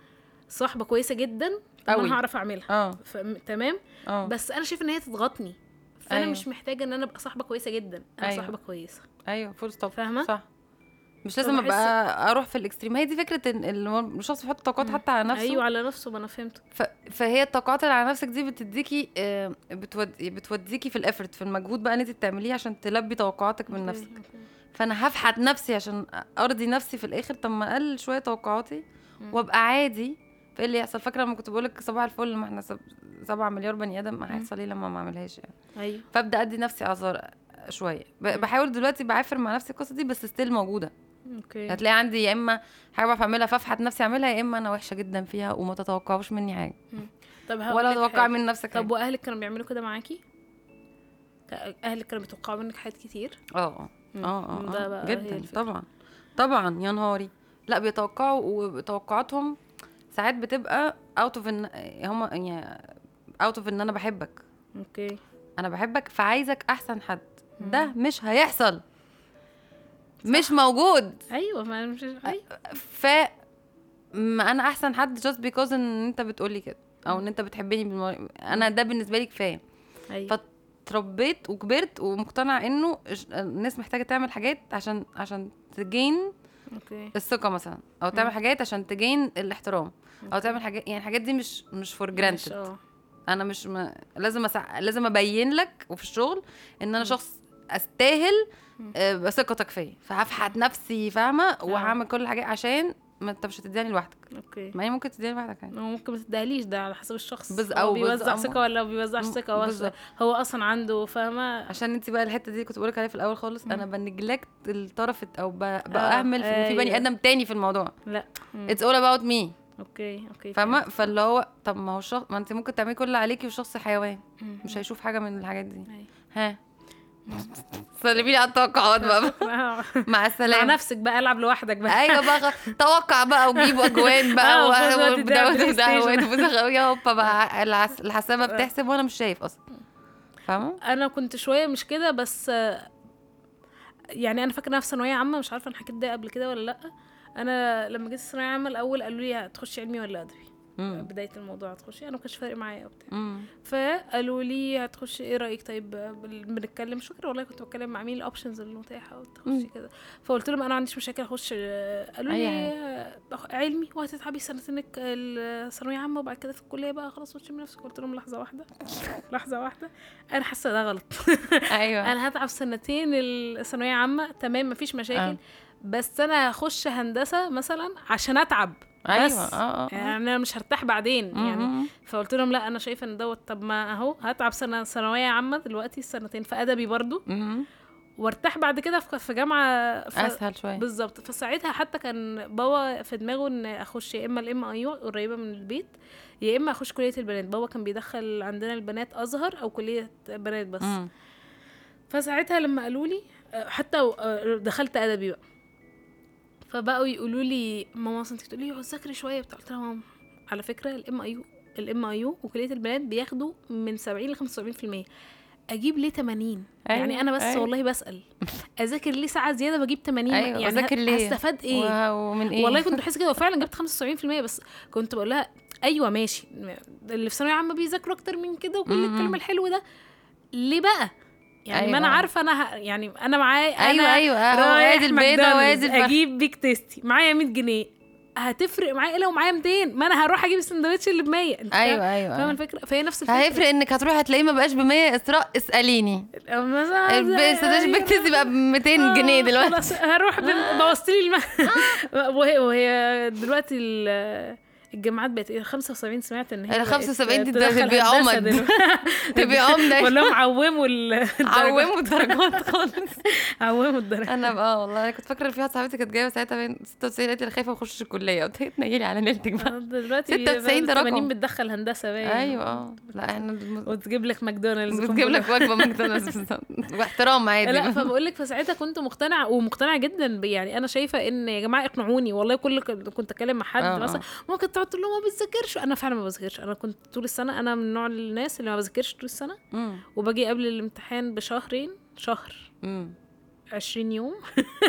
Speaker 1: صاحبه كويسه جدا طب ما
Speaker 2: أوي.
Speaker 1: انا هعرف اعملها
Speaker 2: اه
Speaker 1: ف... تمام
Speaker 2: اه
Speaker 1: بس انا شايفه ان هي تضغطني فانا
Speaker 2: أيوة.
Speaker 1: مش محتاجه ان انا ابقى صاحبه كويسه جدا انا
Speaker 2: أيوة.
Speaker 1: صاحبه كويسه
Speaker 2: ايوه فول ستوب
Speaker 1: فاهمة؟
Speaker 2: صح مش لازم
Speaker 1: فبحس-
Speaker 2: ابقى اروح في الاكستريم هي دي فكره ان إن الشخص يحط طاقات
Speaker 1: مم.
Speaker 2: حتى على نفسه
Speaker 1: ايوه على نفسه ما انا فهمت
Speaker 2: ف... فهي الطاقات اللي على نفسك دي بتديكي آه، بتود... بتوديكي في الافورت في المجهود بقى اللي انت بتعمليه عشان تلبي توقعاتك من نفسك فانا هفحت نفسي عشان ارضي نفسي في الاخر طب ما اقلل شويه توقعاتي
Speaker 1: مم.
Speaker 2: وابقى عادي فايه اللي يحصل فاكره لما كنت بقول لك صباح الفل ما احنا سب... سبعة مليار بني ادم ما هيحصل ايه لما ما اعملهاش يعني
Speaker 1: ايوه
Speaker 2: فابدا ادي نفسي اعذار شويه ب-
Speaker 1: مم.
Speaker 2: بحاول دلوقتي بعافر مع نفسي القصه دي بس ستيل موجوده
Speaker 1: اوكي
Speaker 2: هتلاقي عندي يا اما حاجه بعرف اعملها فافحت نفسي اعملها يا اما انا وحشه جدا فيها وما تتوقعوش مني حاجه
Speaker 1: طب هقول
Speaker 2: ولا
Speaker 1: لك
Speaker 2: تتوقع
Speaker 1: حاجة.
Speaker 2: من نفسك
Speaker 1: طب
Speaker 2: حاجة.
Speaker 1: واهلك كانوا بيعملوا كده معاكي ك- اهلك كانوا بيتوقعوا منك حاجات كتير
Speaker 2: اه اه
Speaker 1: مم.
Speaker 2: اه
Speaker 1: ده
Speaker 2: اه
Speaker 1: بقى هي
Speaker 2: جدا
Speaker 1: الفكرة.
Speaker 2: طبعا طبعا يا نهاري لا بيتوقعوا وتوقعاتهم ساعات بتبقى اوت اوف ان هم يعني اوت اوف ان انا بحبك
Speaker 1: اوكي
Speaker 2: انا بحبك فعايزك احسن حد ده مش هيحصل مش موجود
Speaker 1: ايوه ما انا مش
Speaker 2: آه،
Speaker 1: ايوه
Speaker 2: ف ما انا احسن حد جاست بيكوز ان انت بتقولي كده او ان انت بتحبني بالم... انا ده بالنسبه لي كفايه
Speaker 1: ايوه
Speaker 2: فتربيت وكبرت ومقتنعه انه ج- الناس محتاجه تعمل حاجات عشان عشان تجين
Speaker 1: اوكي
Speaker 2: الثقه مثلا او تعمل
Speaker 1: مم.
Speaker 2: حاجات عشان تجين الاحترام او
Speaker 1: أوكي.
Speaker 2: تعمل حاجات يعني الحاجات دي مش مش فور
Speaker 1: ماشي،
Speaker 2: جرانتد
Speaker 1: اه
Speaker 2: انا مش ما لازم أسع... لازم ابين لك وفي الشغل ان انا
Speaker 1: مم.
Speaker 2: شخص استاهل
Speaker 1: مم. آه.
Speaker 2: آه، ثقتك فيا فهفحت نفسي فاهمه وهعمل كل حاجه عشان ما انت مش هتديني لوحدك
Speaker 1: اوكي
Speaker 2: ما هي ممكن تديني لوحدك يعني
Speaker 1: هو ممكن ما تدهليش ده على حسب الشخص
Speaker 2: بز-
Speaker 1: هو
Speaker 2: أو
Speaker 1: بيوزع
Speaker 2: بالظبط.
Speaker 1: ثقه ولا ما بيوزعش
Speaker 2: مم،
Speaker 1: ثقه هو-
Speaker 2: بالظبط.
Speaker 1: هو اصلا عنده فاهمه
Speaker 2: عشان انت بقى الحته دي كنت بقولك عليها في الاول خالص
Speaker 1: مم.
Speaker 2: انا بنجلكت الطرف الت- او ب...
Speaker 1: آه،
Speaker 2: باهمل في إن في
Speaker 1: أيوه.
Speaker 2: بني ادم تاني في الموضوع
Speaker 1: لا مم. أيوه.
Speaker 2: اتس اول اباوت مي
Speaker 1: اوكي اوكي
Speaker 2: فاهمه فاللي هو طب ما هو الشخص ما انت ممكن تعملي كل اللي عليكي والشخص حيوان
Speaker 1: فاهمة.
Speaker 2: مش هيشوف حاجه من الحاجات دي
Speaker 1: أيوه.
Speaker 2: ها سلمي لي على التوقعات بقى
Speaker 1: آه. مع
Speaker 2: مع السلامه
Speaker 1: نفسك بقى العب لوحدك بقى
Speaker 2: ايوه بقى خ- توقع بقى وجيب اجوان بقى
Speaker 1: آه، وخد وقت
Speaker 2: و-
Speaker 1: ده
Speaker 2: ودوت
Speaker 1: بلاي
Speaker 2: ودوت وزغ- يا هوبا بقى العس-
Speaker 1: آه.
Speaker 2: الحسابه بتحسب وانا مش شايف اصلا فاهمه
Speaker 1: انا كنت شويه مش كده بس آه، يعني انا فاكره أنا في ثانويه عامه مش عارفه انا حكيت ده قبل كده ولا لا انا لما جيت ثانويه عامه الاول قالوا لي هتخشي علمي ولا ادبي
Speaker 2: مم.
Speaker 1: بدايه الموضوع هتخشي انا ما كانش فارق معايا وبتاع
Speaker 2: مم.
Speaker 1: فقالوا لي هتخشي ايه رايك طيب بال- بنتكلم مش فاكره والله كنت بتكلم مع مين الاوبشنز المتاحه وتخشي
Speaker 2: مم.
Speaker 1: كده فقلت لهم انا ما عنديش مشاكل اخش آه، قالوا لي
Speaker 2: أي حاجة.
Speaker 1: آه، علمي وهتتعبي سنتينك الثانويه عامه وبعد كده في الكليه بقى خلاص وتشمي نفسك قلت لهم لحظه واحده لحظه واحده انا حاسه ده غلط
Speaker 2: ايوه
Speaker 1: انا هتعب سنتين الثانويه عامه تمام مفيش
Speaker 2: آه.
Speaker 1: مشاكل بس انا هخش هندسه مثلا عشان اتعب بس
Speaker 2: ايوه اه
Speaker 1: يعني
Speaker 2: اه
Speaker 1: انا مش هرتاح بعدين يعني
Speaker 2: مم.
Speaker 1: فقلت لهم لا انا شايفه ان دوت طب ما اهو هتعب سنه ثانويه عامه دلوقتي سنتين في ادبي برضو
Speaker 2: مم.
Speaker 1: وارتاح بعد كده في في جامعه ف...
Speaker 2: اسهل شويه
Speaker 1: بالظبط فساعتها حتى كان بابا في دماغه ان اخش يا اما الام اي قريبه من البيت يا اما اخش كليه البنات بابا كان بيدخل عندنا البنات ازهر او كليه بنات بس
Speaker 2: مم.
Speaker 1: فساعتها لما قالوا لي آه، حتى و- آه، دخلت ادبي بقى فبقوا يقولوا لي ماما اصل انت بتقولي لي اقعد ذاكري شويه بتاع قلت لها ماما على فكره الام اي الام اي وكليه البنات بياخدوا من 70 ل 75% اجيب ليه 80 يعني
Speaker 2: أيوة،
Speaker 1: انا بس
Speaker 2: أيوة.
Speaker 1: والله بسال اذاكر ليه ساعه زياده بجيب 80
Speaker 2: أيوة،
Speaker 1: يعني
Speaker 2: أذاكر ليه؟
Speaker 1: هستفاد ايه
Speaker 2: وه- ومن ايه
Speaker 1: والله كنت بحس كده وفعلا جبت 75% بس كنت بقول لها ايوه ماشي اللي في ثانويه عامه بيذاكروا اكتر من كده وكل
Speaker 2: مم.
Speaker 1: الكلام الحلو ده ليه بقى يعني أيوة. ما انا
Speaker 2: أيوة.
Speaker 1: عارفه انا ه... يعني انا معايا
Speaker 2: ايوه
Speaker 1: انا
Speaker 2: ايوه اهو
Speaker 1: رايح
Speaker 2: ادي البيضه
Speaker 1: ماكدونالدز
Speaker 2: وادي الفرخه
Speaker 1: اجيب بيك تيستي معايا 100 جنيه هتفرق معايا ايه لو معايا 200 ما انا هروح اجيب السندوتش اللي ب 100 انت فاهم-
Speaker 2: ايوه ايوه
Speaker 1: فاهمه
Speaker 2: أيوة.
Speaker 1: الفكره فهي نفس الفكره
Speaker 2: فهيفرق انك هتروح هتلاقيه ما بقاش ب 100 اسراء اساليني
Speaker 1: مثلا
Speaker 2: إيه، السداش بيكتسي بقى ب 200 جنيه
Speaker 1: أيوة. آه،
Speaker 2: دلوقتي آه.
Speaker 1: خلاص هروح بال- بوظت لي الم... وهي وهي دلوقتي ال- الجامعات بقت ايه 75 سمعت ان هي
Speaker 2: ال 75
Speaker 1: بقت
Speaker 2: دي
Speaker 1: تدخل
Speaker 2: تبقى
Speaker 1: هندسة
Speaker 2: عمد.
Speaker 1: دلوقتي.
Speaker 2: تبقي عمده
Speaker 1: ولا هم عوموا ال- الدرجات
Speaker 2: عوموا الدرجات خالص
Speaker 1: عوموا الدرجات
Speaker 2: انا بقى آه، والله انا كنت فاكره في واحده صاحبتي كانت جايبه ساعتها بين 96 قالت لي انا خايفه ما اخشش الكليه قلت لها تنيلي على ليلتك بقى
Speaker 1: آه، دلوقتي
Speaker 2: 96 ده رقم.
Speaker 1: 80 بتدخل هندسه باين
Speaker 2: ايوه اه لا احنا الم-
Speaker 1: وتجيب لك ماكدونالدز
Speaker 2: بتجيب لك وجبه ماكدونالدز بالظبط. واحترام عادي
Speaker 1: لا فبقول لك فساعتها كنت مقتنعه ومقتنعه جدا ب- يعني انا شايفه ان يا جماعه اقنعوني والله كل ك- كنت اتكلم مع حد
Speaker 2: آه، آه.
Speaker 1: مثلا ممكن تقعد تقول له ما بتذاكرش انا فعلا ما بذاكرش انا كنت طول السنه انا من نوع الناس اللي ما بذاكرش طول السنه
Speaker 2: مم.
Speaker 1: وباجي قبل الامتحان بشهرين شهر
Speaker 2: مم.
Speaker 1: 20 يوم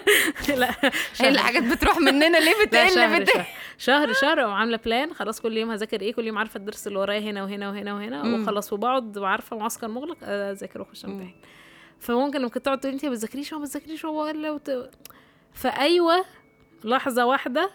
Speaker 1: لا
Speaker 2: هي
Speaker 1: شهر.
Speaker 2: الحاجات بتروح مننا ليه
Speaker 1: لا
Speaker 2: بتقل
Speaker 1: شهر
Speaker 2: بتقل
Speaker 1: شهر شهر شهر او عامله بلان خلاص كل يوم هذاكر ايه كل يوم عارفه الدرس اللي ورايا هنا وهنا وهنا وهنا
Speaker 2: مم.
Speaker 1: وخلاص وبقعد وعارفه معسكر مغلق اذاكر واخش
Speaker 2: مم.
Speaker 1: امتحن فممكن ممكن تقعد تقول انت ما بتذاكريش وما بتذاكريش ولا وت... فايوه لحظه واحده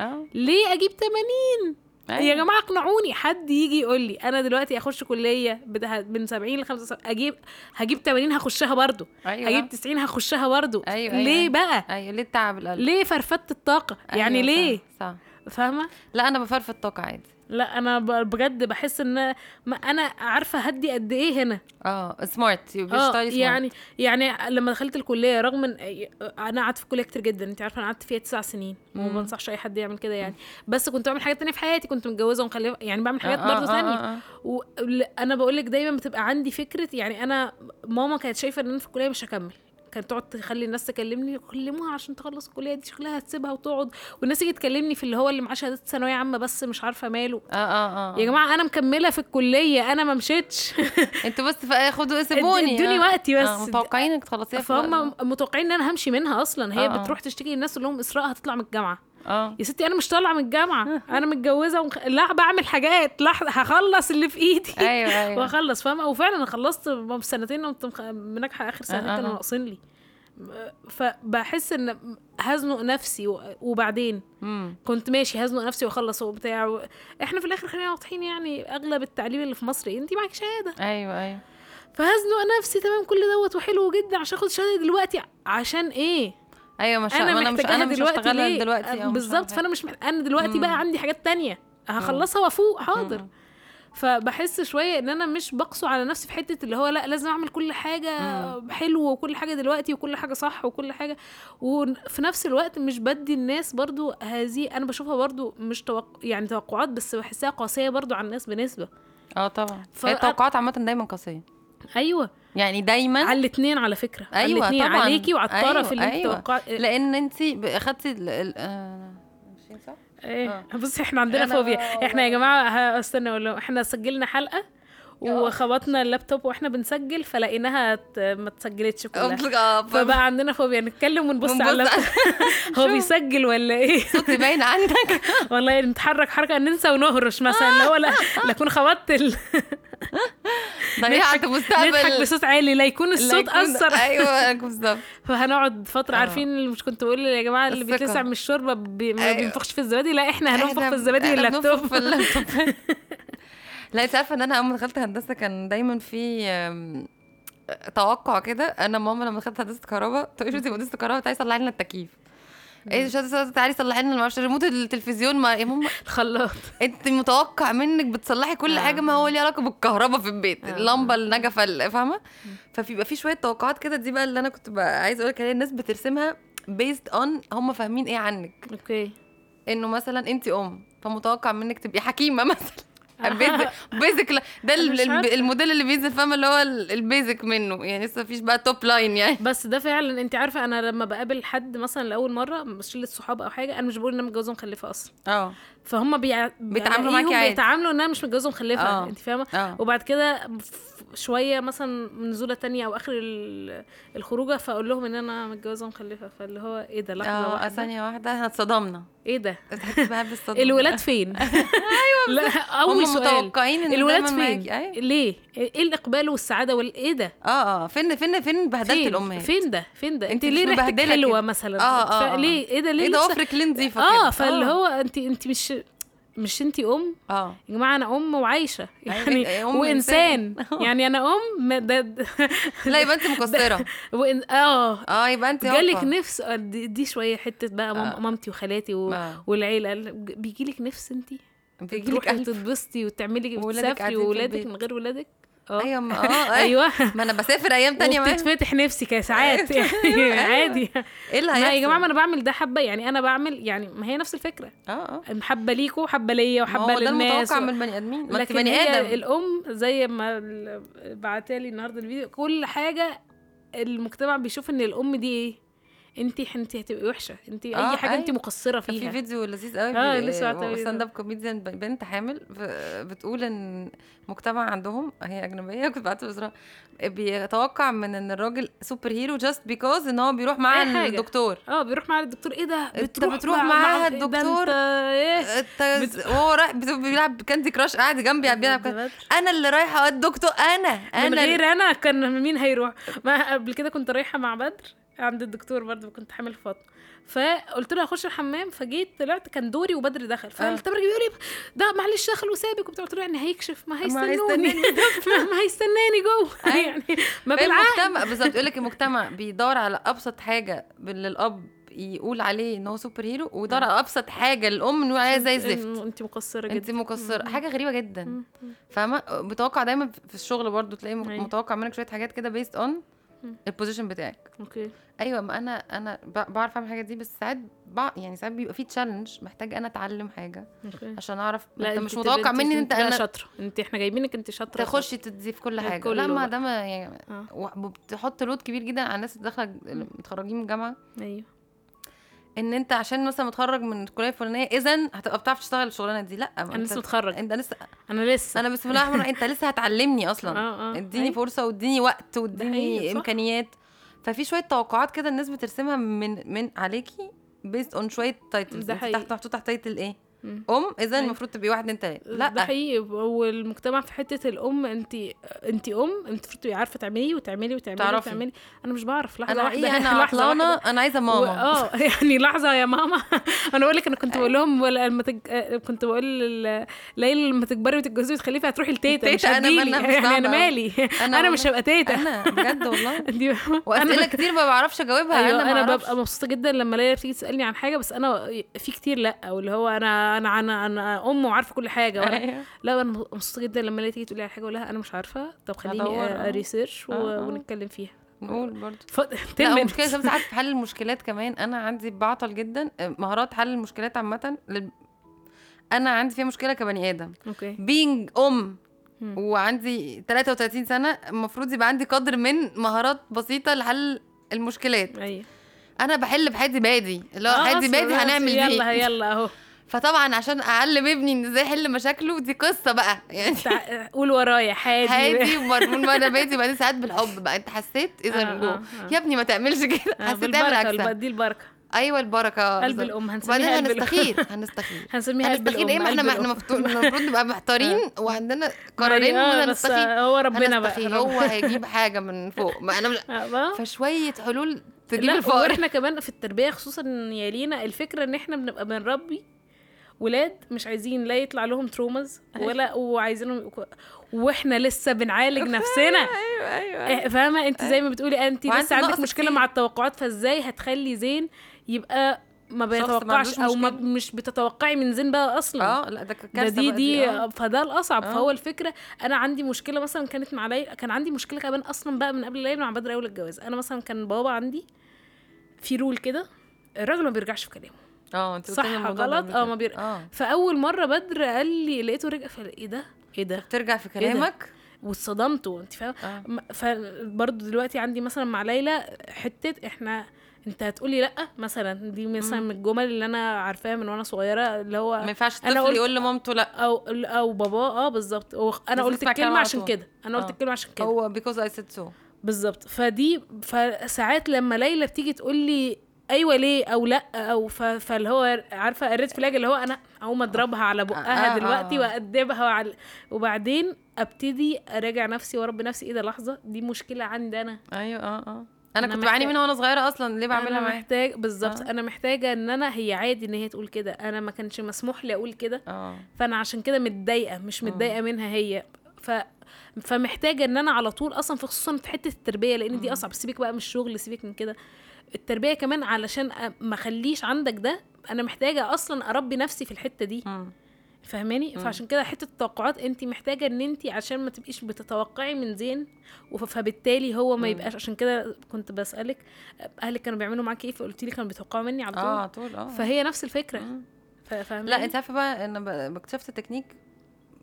Speaker 2: اه
Speaker 1: ليه اجيب 80 يا
Speaker 2: أيوة.
Speaker 1: جماعه اقنعوني حد يجي يقول لي انا دلوقتي اخش كليه بتاع- من 70 ل 75 اجيب هجيب 80 هخشها برضو
Speaker 2: ايوه
Speaker 1: هجيب 90 هخشها برضو
Speaker 2: أيوة، أيوة.
Speaker 1: ليه بقى
Speaker 2: ايوه ليه التعب القلب
Speaker 1: ليه فرفدت الطاقه يعني
Speaker 2: أيوة،
Speaker 1: ليه
Speaker 2: صح، صح
Speaker 1: فاهمه
Speaker 2: لا انا بفرفض طاقه عادي
Speaker 1: لا انا ب- بجد بحس ان ما انا عارفه هدي قد ايه هنا
Speaker 2: اه سمارت يو
Speaker 1: اه
Speaker 2: بتشتغلي
Speaker 1: يعني يعني لما دخلت الكليه رغم ان انا قعدت في كليه كتير جدا انت عارفه انا قعدت فيها تسع سنين وما
Speaker 2: مم.
Speaker 1: بنصحش اي حد يعمل كده يعني بس كنت بعمل حاجات تانية في حياتي كنت متجوزه ومخلفه يعني بعمل حاجات
Speaker 2: آه،
Speaker 1: برضه ثانيه وانا بقول لك دايما بتبقى عندي فكره يعني انا ماما كانت شايفه ان انا في الكليه مش هكمل كانت تقعد تخلي الناس تكلمني كلموها عشان تخلص الكليه دي شكلها هتسيبها وتقعد والناس تيجي تكلمني في اللي هو اللي معاه شهاده ثانويه عامه بس مش عارفه ماله
Speaker 2: اه اه اه
Speaker 1: يا جماعه انا مكمله في الكليه انا ما مشيتش
Speaker 2: انتوا بس فا- خدوا سيبوني
Speaker 1: ادوني
Speaker 2: آه.
Speaker 1: وقتي بس
Speaker 2: آه، متوقعين انك تخلصيها في الوقت
Speaker 1: فهم متوقعين ان انا همشي منها اصلا هي
Speaker 2: آه، آه.
Speaker 1: بتروح تشتكي للناس تقول لهم اسراء هتطلع من الجامعه
Speaker 2: ده. اه
Speaker 1: يا ستي انا مش طالعه من
Speaker 2: آه.
Speaker 1: الجامعه انا متجوزه ومخ... لا بعمل حاجات لا هخلص اللي في ايدي
Speaker 2: ايوه ايوه
Speaker 1: وهخلص فاهمه وفعلا انا خلصت بسنتين كنت مخ- مناجحه اخر سنتين
Speaker 2: آه، آه.
Speaker 1: كانوا ناقصين لي فبحس ان هزنق نفسي و- وبعدين
Speaker 2: مم.
Speaker 1: كنت ماشي هزنق نفسي واخلص وبتاع و... احنا في الاخر خلينا واضحين يعني اغلب التعليم اللي في مصر انت معاكي شهاده
Speaker 2: ايوه ايوه
Speaker 1: فهزنق نفسي تمام كل دوت وحلو جدا عشان اخد شهاده دلوقتي عشان ايه؟
Speaker 2: ايوه مش
Speaker 1: انا
Speaker 2: ما انا مش
Speaker 1: محتاجاها
Speaker 2: انا مش
Speaker 1: دلوقتي
Speaker 2: هشتغلها
Speaker 1: ليه؟
Speaker 2: دلوقتي أو
Speaker 1: آه،
Speaker 2: مش
Speaker 1: بالظبط
Speaker 2: هعمل
Speaker 1: فانا مش مح... انا دلوقتي
Speaker 2: مم.
Speaker 1: بقى عندي حاجات تانية هخلصها وافوق حاضر
Speaker 2: مم.
Speaker 1: فبحس شويه ان انا مش بقسو على نفسي في حته اللي هو لا لازم اعمل كل حاجه حلوه وكل حاجه دلوقتي وكل حاجه صح وكل حاجه وفي نفس الوقت مش بدي الناس برضو هذه انا بشوفها برضو مش توق... يعني توقعات بس بحسها قاسيه برضو على الناس بنسبه
Speaker 2: اه طبعا
Speaker 1: ف-
Speaker 2: هي التوقعات عامه دايما قاسيه
Speaker 1: ايوه
Speaker 2: يعني دايما
Speaker 1: على الاثنين على فكره على
Speaker 2: أيوة،
Speaker 1: الاتنين،
Speaker 2: طبعا.
Speaker 1: عليكي وعلى الطرف
Speaker 2: أيوة،
Speaker 1: اللي انت
Speaker 2: أيوة.
Speaker 1: توقعت
Speaker 2: لان انت اخدتي ال- ال- آه، ماشيين صح؟
Speaker 1: ايه بصي احنا عندنا
Speaker 2: آه. أنا-
Speaker 1: فوبيا احنا يا جماعه ه- استنى اقول لهم احنا سجلنا حلقه وخبطنا اللابتوب واحنا بنسجل فلقيناها ت- ما اتسجلتش كلها
Speaker 2: آه، ف-
Speaker 1: فبقى عندنا فوبيا نتكلم ونبص على
Speaker 2: بنبص-
Speaker 1: اللابتوب هو بيسجل ولا ايه
Speaker 2: صوتي باين عندك
Speaker 1: والله نتحرك حركه ننسى ونهرش
Speaker 2: آه.
Speaker 1: مثلا اللي هو لا لا اكون خبطت ال...
Speaker 2: ضيعت
Speaker 1: نضحك
Speaker 2: مستقبل
Speaker 1: بصوت عالي لا يكون
Speaker 2: لا
Speaker 1: الصوت
Speaker 2: يكون-
Speaker 1: اثر
Speaker 2: ايوه بالظبط
Speaker 1: فهنقعد فتره
Speaker 2: آه.
Speaker 1: عارفين اللي مش كنت بقول يا جماعه اللي
Speaker 2: الثقة.
Speaker 1: بيتلسع من الشوربه بي... ما
Speaker 2: أيوة.
Speaker 1: بينفخش في الزبادي لا احنا هننفخ
Speaker 2: إحنا-
Speaker 1: في الزبادي
Speaker 2: إحنا
Speaker 1: اللابتوب
Speaker 2: بننفخ في اللابتوب لا انت عارفه ان انا اول ما دخلت هندسه كان دايما في آم، توقع كده انا ماما لما دخلت هندسه كهرباء تقول لي انت مهندسه كهرباء تعالي صلحي لنا التكييف ايه مش هندسه تعالي صلحي لنا ما اعرفش ريموت التلفزيون ما يا ماما
Speaker 1: خلاط
Speaker 2: انت متوقع منك بتصلحي كل
Speaker 1: آه.
Speaker 2: حاجه ما هو ليه علاقه بالكهرباء في البيت
Speaker 1: آه.
Speaker 2: اللمبه النجفه ال- فاهمه فبيبقى في شويه توقعات كده دي بقى اللي انا كنت بقى عايزه اقول لك عليها الناس بترسمها بيزد اون هم فاهمين ايه عنك
Speaker 1: اوكي
Speaker 2: انه مثلا انت ام فمتوقع منك تبقي حكيمه مثلا بيزك ده ال-
Speaker 1: مش
Speaker 2: ال-
Speaker 1: عارفة.
Speaker 2: الموديل اللي بينزل فاهمه اللي هو ال- البيزك منه يعني لسه مفيش بقى توب لاين يعني
Speaker 1: بس ده فعلا انت عارفه انا لما بقابل حد مثلا لاول مره مش شله صحاب او حاجه انا مش بقول ان انا متجوزه ومخلفه اصلا
Speaker 2: اه
Speaker 1: فهم بيع...
Speaker 2: بيتعاملوا
Speaker 1: بلاقيهم
Speaker 2: معاكي عادي.
Speaker 1: بيتعاملوا ان انا مش متجوزه ومخلفه
Speaker 2: آه.
Speaker 1: انت فاهمه
Speaker 2: اه
Speaker 1: وبعد كده ف- شويه مثلا نزوله تانية او اخر ال- الخروجه فاقول لهم ان انا متجوزه ومخلفه فاللي هو ايه ده لحظه
Speaker 2: اه
Speaker 1: واحدة.
Speaker 2: ثانيه واحده احنا اتصدمنا
Speaker 1: ايه ده
Speaker 2: تحسي بقى بالصدمه
Speaker 1: الولاد فين ايوه لا اول
Speaker 2: أيوة، هم
Speaker 1: سؤال
Speaker 2: متوقعين ان
Speaker 1: الولاد
Speaker 2: دايماً
Speaker 1: فين
Speaker 2: معاكي. ايوه
Speaker 1: ليه ايه الاقبال والسعاده والايه إيه ده
Speaker 2: اه اه فين فين فين بهدلت
Speaker 1: فين؟
Speaker 2: الامهات
Speaker 1: فين ده فين ده انت
Speaker 2: انت
Speaker 1: ليه
Speaker 2: مش
Speaker 1: ريحتك
Speaker 2: مبهدلة
Speaker 1: حلوه
Speaker 2: كده.
Speaker 1: مثلا
Speaker 2: آه، آه، آه.
Speaker 1: ليه ايه ده ليه
Speaker 2: ايه ده
Speaker 1: لبسك-
Speaker 2: وفرك لنزيفه
Speaker 1: اه
Speaker 2: كده.
Speaker 1: فاللي هو انت انت مش مش انت ام
Speaker 2: اه
Speaker 1: يا جماعه انا ام وعايشه يعني
Speaker 2: أيوة، أم
Speaker 1: وانسان يعني انا ام ما ده ده-
Speaker 2: لا يبقى انت مقصره
Speaker 1: وإن... اه
Speaker 2: اه يبقى انت
Speaker 1: جالك
Speaker 2: هابطة.
Speaker 1: نفس آه، دي, دي شويه حته بقى مام...
Speaker 2: آه.
Speaker 1: مامتي وخالاتي و...
Speaker 2: آه.
Speaker 1: والعيله بيجي لك نفس انت
Speaker 2: بيجيلك
Speaker 1: تروحي
Speaker 2: قلب.
Speaker 1: وتتبسطي وتعملي
Speaker 2: وولادك
Speaker 1: وتسافري
Speaker 2: قاعدين في
Speaker 1: وولادك
Speaker 2: البيت.
Speaker 1: من غير ولادك
Speaker 2: ايوه ما اه ايوه
Speaker 1: ايوه
Speaker 2: ما انا بسافر ايام تانية معاهم
Speaker 1: وبتتفتح نفسي كساعات يعني
Speaker 2: أيوة.
Speaker 1: عادي
Speaker 2: ايه اللي هيحصل
Speaker 1: لا يا جماعه ما انا بعمل ده حبه يعني انا بعمل يعني ما هي نفس الفكره
Speaker 2: اه اه
Speaker 1: حبه ليكوا وحبه ليا
Speaker 2: ما
Speaker 1: وحبه
Speaker 2: هو ده
Speaker 1: للناس
Speaker 2: المتوقع
Speaker 1: و...
Speaker 2: من البني ادمين ما انت
Speaker 1: لكن
Speaker 2: بني
Speaker 1: هي
Speaker 2: ادم
Speaker 1: الام زي ما بعتالي النهارده الفيديو كل حاجه المجتمع بيشوف ان الام دي ايه انت انت هتبقي وحشه انت اي
Speaker 2: آه،
Speaker 1: حاجه انت
Speaker 2: أيوة.
Speaker 1: مقصره
Speaker 2: كان في
Speaker 1: فيها
Speaker 2: فيديو لذيذ قوي
Speaker 1: آه، لسه هتقولي ده.
Speaker 2: ستاند اب كوميديان بنت حامل ف- بتقول ان مجتمع عندهم هي اجنبيه كنت بعت بصراحه بيتوقع من ان الراجل سوبر هيرو جاست بيكوز ان هو بيروح مع
Speaker 1: أي حاجة.
Speaker 2: الدكتور
Speaker 1: اه بيروح مع الدكتور ايه ده
Speaker 2: أنت بتروح مع
Speaker 1: مع-
Speaker 2: الدكتور؟
Speaker 1: ده انت ايه
Speaker 2: الت- أه، وهو رايح بت- بيلعب كاندي كراش قاعد جنبي بيلعب
Speaker 1: بالظبط.
Speaker 2: انا اللي رايحه الدكتور انا
Speaker 1: من
Speaker 2: انا
Speaker 1: غير انا كان مين هيروح ما قبل كده كنت رايحه مع بدر عند الدكتور برضه كنت حامل فاطمه فقلت له هخش الحمام فجيت طلعت كان دوري وبدر
Speaker 2: آه.
Speaker 1: دخل فالتبرج بيقول لي ده معلش دخل وسابك وبتاع قلت له يعني هيكشف ما هيستنوني
Speaker 2: هيستناني.
Speaker 1: ما- ما هيستناني جوه
Speaker 2: أيوة.
Speaker 1: يعني ما
Speaker 2: في
Speaker 1: بالعقل
Speaker 2: المجتمع بالظبط يقول لك المجتمع بيدور على ابسط حاجه اللي الاب يقول عليه ان هو سوبر هيرو ويدور على ابسط حاجه الام انه عليها زي الزفت
Speaker 1: انت مقصره
Speaker 2: انت
Speaker 1: جدا
Speaker 2: مقصره حاجه غريبه جدا
Speaker 1: مم. مم.
Speaker 2: فاهمه متوقع دايما في الشغل برضو تلاقي م-
Speaker 1: أيوة.
Speaker 2: متوقع منك شويه حاجات كده بيست اون
Speaker 1: مم.
Speaker 2: البوزيشن بتاعك
Speaker 1: اوكي
Speaker 2: ايوه ما انا انا ب- بعرف اعمل الحاجات دي بس ساعات بع- يعني ساعات بيبقى في تشالنج محتاج انا اتعلم حاجه
Speaker 1: اوكي
Speaker 2: عشان اعرف
Speaker 1: لا
Speaker 2: انت
Speaker 1: انت
Speaker 2: مش
Speaker 1: تبقى-
Speaker 2: متوقع
Speaker 1: انت-
Speaker 2: مني ان انت
Speaker 1: لا
Speaker 2: انا
Speaker 1: شاطره انت احنا جايبينك انت شاطره
Speaker 2: تخشي تدي في كل حاجه
Speaker 1: كله
Speaker 2: لا ما
Speaker 1: بقى.
Speaker 2: ده ما يعني
Speaker 1: اه.
Speaker 2: و- وبتحط لود كبير جدا على الناس اللي داخله متخرجين من الجامعه
Speaker 1: ايوه
Speaker 2: ان انت عشان مثلا متخرج من الكليه الفلانيه اذا هتبقى بتعرف تشتغل الشغلانه دي لا ما
Speaker 1: انا
Speaker 2: انت-
Speaker 1: لسه متخرج
Speaker 2: انت لسه
Speaker 1: انا لسه
Speaker 2: انا بسم الله الرحمن الرحيم انت لسه هتعلمني اصلا
Speaker 1: اه اه
Speaker 2: اديني
Speaker 1: أيوة.
Speaker 2: فرصه واديني وقت
Speaker 1: حقيقي،
Speaker 2: واديني
Speaker 1: صح.
Speaker 2: امكانيات ففي شويه توقعات كده الناس بترسمها من من عليكي بيست اون شويه تايتلز
Speaker 1: ده
Speaker 2: انت
Speaker 1: حقيقي.
Speaker 2: تحت محطوط تحت تايتل ايه
Speaker 1: مم.
Speaker 2: ام اذا
Speaker 1: أيوة.
Speaker 2: المفروض تبقي واحد انت
Speaker 1: لا ده
Speaker 2: لا
Speaker 1: حقيقي والمجتمع في حته الام انت انت ام انت المفروض تبقي عارفه تعملي وتعملي وتعملي
Speaker 2: تعرفي.
Speaker 1: وتعملي انا مش بعرف لحظه
Speaker 2: انا
Speaker 1: واحده
Speaker 2: ايه انا
Speaker 1: لحظة
Speaker 2: عطلانه
Speaker 1: واحدة.
Speaker 2: انا عايزه
Speaker 1: و-
Speaker 2: ماما
Speaker 1: اه يعني لحظه يا ماما انا بقول لك انا كنت بقول لهم ولا- لما تج... آه، كنت بقول لل- ليلى لما تكبري وتتجوزي وتخلفي هتروحي لتيتا مش
Speaker 2: تيتا، أنا
Speaker 1: هتجيلي.
Speaker 2: مالها؟ مش
Speaker 1: يعني
Speaker 2: صعبة
Speaker 1: انا
Speaker 2: أوي.
Speaker 1: مالي
Speaker 2: أنا
Speaker 1: انا, أنا مش
Speaker 2: والله.
Speaker 1: هبقى تيتا
Speaker 2: انا إيه بجد والله
Speaker 1: دي-
Speaker 2: واسئله كتير ما بعرفش اجاوبها
Speaker 1: ايوه
Speaker 2: انا
Speaker 1: انا,
Speaker 2: ما
Speaker 1: ببقى
Speaker 2: بعرفش.
Speaker 1: مبسوطه جدا لما ليلى بتيجي تسالني عن حاجه بس انا في كتير لا او اللي هو انا انا انا, أنا ام وعارفه كل حاجه وأنا
Speaker 2: أيوة.
Speaker 1: لا انا مبسوطه جدا لما الاقي تيجي تقولي على حاجه اقول لها انا مش عارفه طب
Speaker 2: هدور،
Speaker 1: خليني
Speaker 2: آه.
Speaker 1: ريسيرش
Speaker 2: آه، آه.
Speaker 1: ونتكلم فيها
Speaker 2: نقول برضه
Speaker 1: ف...
Speaker 2: لا هو المشكله ساعات ساعات في حل المشكلات كمان انا عندي بعطل جدا مهارات حل المشكلات عامه لل... انا عندي فيها مشكله كبني ادم
Speaker 1: اوكي
Speaker 2: بينج ام
Speaker 1: مم.
Speaker 2: وعندي 33 سنه المفروض يبقى عندي قدر من مهارات بسيطه لحل المشكلات
Speaker 1: ايوه
Speaker 2: انا بحل بحدي بادي اللي هو
Speaker 1: آه،
Speaker 2: حدي
Speaker 1: أصل-
Speaker 2: بادي
Speaker 1: آه،
Speaker 2: هنعمل
Speaker 1: يلا
Speaker 2: دي
Speaker 1: يلا اهو
Speaker 2: فطبعا عشان اعلم ابني ان ازاي يحل مشاكله دي قصه بقى يعني
Speaker 1: تع- قول ورايا حادي
Speaker 2: هادي ومرمون وانا بادي وبعدين ساعات بالحب بقى انت حسيت اذا
Speaker 1: آه،
Speaker 2: من جوه
Speaker 1: آه، آه.
Speaker 2: يا ابني ما تعملش كده
Speaker 1: آه،
Speaker 2: حسيت تعمل
Speaker 1: بالبركه
Speaker 2: عكسها
Speaker 1: الب- دي البركه
Speaker 2: ايوه البركه
Speaker 1: قلب
Speaker 2: بالظبط.
Speaker 1: الام
Speaker 2: وبعدين
Speaker 1: هنسميها قلب الام
Speaker 2: هنستخير هنستخير
Speaker 1: هنسميها قلب
Speaker 2: هنستخير
Speaker 1: الام
Speaker 2: ايه ما احنا
Speaker 1: قلب
Speaker 2: ما احنا
Speaker 1: الأم.
Speaker 2: مفتو- المفروض نبقى محتارين وعندنا قرارين
Speaker 1: آه،
Speaker 2: ما
Speaker 1: بس
Speaker 2: هنستخير
Speaker 1: هو ربنا بقى
Speaker 2: هنستخير هو هيجيب حاجه من فوق ما انا مش...
Speaker 1: آه، بقى.
Speaker 2: فشويه حلول تجيب
Speaker 1: لا
Speaker 2: الفقر
Speaker 1: واحنا كمان في التربيه خصوصا يا لينا الفكره ان احنا بنبقى بنربي ولاد مش عايزين لا يطلع لهم ترومز
Speaker 2: أيوة.
Speaker 1: ولا وعايزينهم يبقوا- واحنا لسه بنعالج نفسنا
Speaker 2: ايوه ايوه
Speaker 1: إيه، فاهمه انت زي ما بتقولي انت
Speaker 2: وعنده
Speaker 1: لسه عندك
Speaker 2: نقص
Speaker 1: مشكله
Speaker 2: كتير.
Speaker 1: مع التوقعات فازاي هتخلي زين يبقى ما
Speaker 2: شخص ما
Speaker 1: بيتوقعش او
Speaker 2: عندوش
Speaker 1: ما
Speaker 2: مشكلة.
Speaker 1: مش بتتوقعي من زين بقى اصلا
Speaker 2: اه لا ده
Speaker 1: ده
Speaker 2: كارثه
Speaker 1: دي
Speaker 2: بقى
Speaker 1: دي
Speaker 2: آه.
Speaker 1: فده الاصعب
Speaker 2: آه.
Speaker 1: فهو الفكره انا عندي مشكله مثلا كانت مع ليلى كان عندي مشكله كمان اصلا بقى من قبل ليلى مع بدر اول الجواز انا مثلا كان بابا عندي في رول كده الراجل ما بيرجعش في كلامه
Speaker 2: اه انت قلت
Speaker 1: صح
Speaker 2: لي الموضوع ده
Speaker 1: غلط
Speaker 2: قبل
Speaker 1: اه
Speaker 2: كده.
Speaker 1: ما بير...
Speaker 2: اه
Speaker 1: فاول مره بدر قال لي لقيته رجع فقال ايه ده ايه ده
Speaker 2: ترجع في
Speaker 1: إيه ده؟
Speaker 2: كلامك
Speaker 1: واتصدمت انت فاهمه
Speaker 2: اه
Speaker 1: م- فبرضه دلوقتي عندي مثلا مع ليلى حته احنا انت هتقولي لا مثلا دي مثلا
Speaker 2: مم.
Speaker 1: من الجمل اللي انا عارفاها من وانا صغيره اللي هو
Speaker 2: ما ينفعش
Speaker 1: أنا
Speaker 2: الطفل
Speaker 1: قلت-
Speaker 2: يقول لمامته لا
Speaker 1: او او بابا اه بالظبط هو- انا
Speaker 2: لازم
Speaker 1: قلت
Speaker 2: تسمع كلامه
Speaker 1: الكلمه
Speaker 2: على
Speaker 1: عشان
Speaker 2: طول.
Speaker 1: كده انا قلت
Speaker 2: آه.
Speaker 1: الكلمه عشان كده
Speaker 2: هو بيكوز اي سيد سو
Speaker 1: بالظبط فدي فساعات لما ليلى بتيجي تقول لي ايوه ليه او لا او ف... فاللي هو عارفه الريد فلاج اللي هو انا اقوم اضربها على
Speaker 2: آه،
Speaker 1: بقها
Speaker 2: آه،
Speaker 1: دلوقتي
Speaker 2: آه.
Speaker 1: وادبها على... وبعدين ابتدي اراجع نفسي وارب نفسي ايه ده لحظه دي مشكله عندي انا
Speaker 2: ايوه اه اه انا,
Speaker 1: أنا
Speaker 2: كنت بعاني
Speaker 1: محتاج-
Speaker 2: منها وانا صغيره اصلا ليه بعملها
Speaker 1: انا
Speaker 2: معاها
Speaker 1: محتاج بالظبط
Speaker 2: آه.
Speaker 1: انا محتاجه ان انا هي عادي ان هي تقول كده انا ما كانش مسموح لي اقول كده
Speaker 2: اه
Speaker 1: فانا عشان كده متضايقه مش
Speaker 2: مم.
Speaker 1: متضايقه منها هي ف فمحتاجه ان انا على طول اصلا في خصوصا في حته التربيه لان دي
Speaker 2: مم.
Speaker 1: اصعب سيبك بقى من الشغل سيبك من كده التربيه كمان علشان أ- ما اخليش عندك ده انا محتاجه اصلا اربي نفسي في الحته دي
Speaker 2: مم.
Speaker 1: فاهماني
Speaker 2: مم.
Speaker 1: فعشان كده حته التوقعات انت محتاجه ان انت عشان ما تبقيش بتتوقعي من زين وف- فبالتالي هو ما
Speaker 2: مم.
Speaker 1: يبقاش عشان كده كنت بسالك اهلك كانوا بيعملوا معاكي ايه فقلتي لي كانوا بيتوقعوا مني على طول
Speaker 2: اه على طول اه
Speaker 1: فهي نفس الفكره
Speaker 2: مم.
Speaker 1: ف- فاهماني
Speaker 2: لا انت عارفه بقى انا ب- اكتشفت تكنيك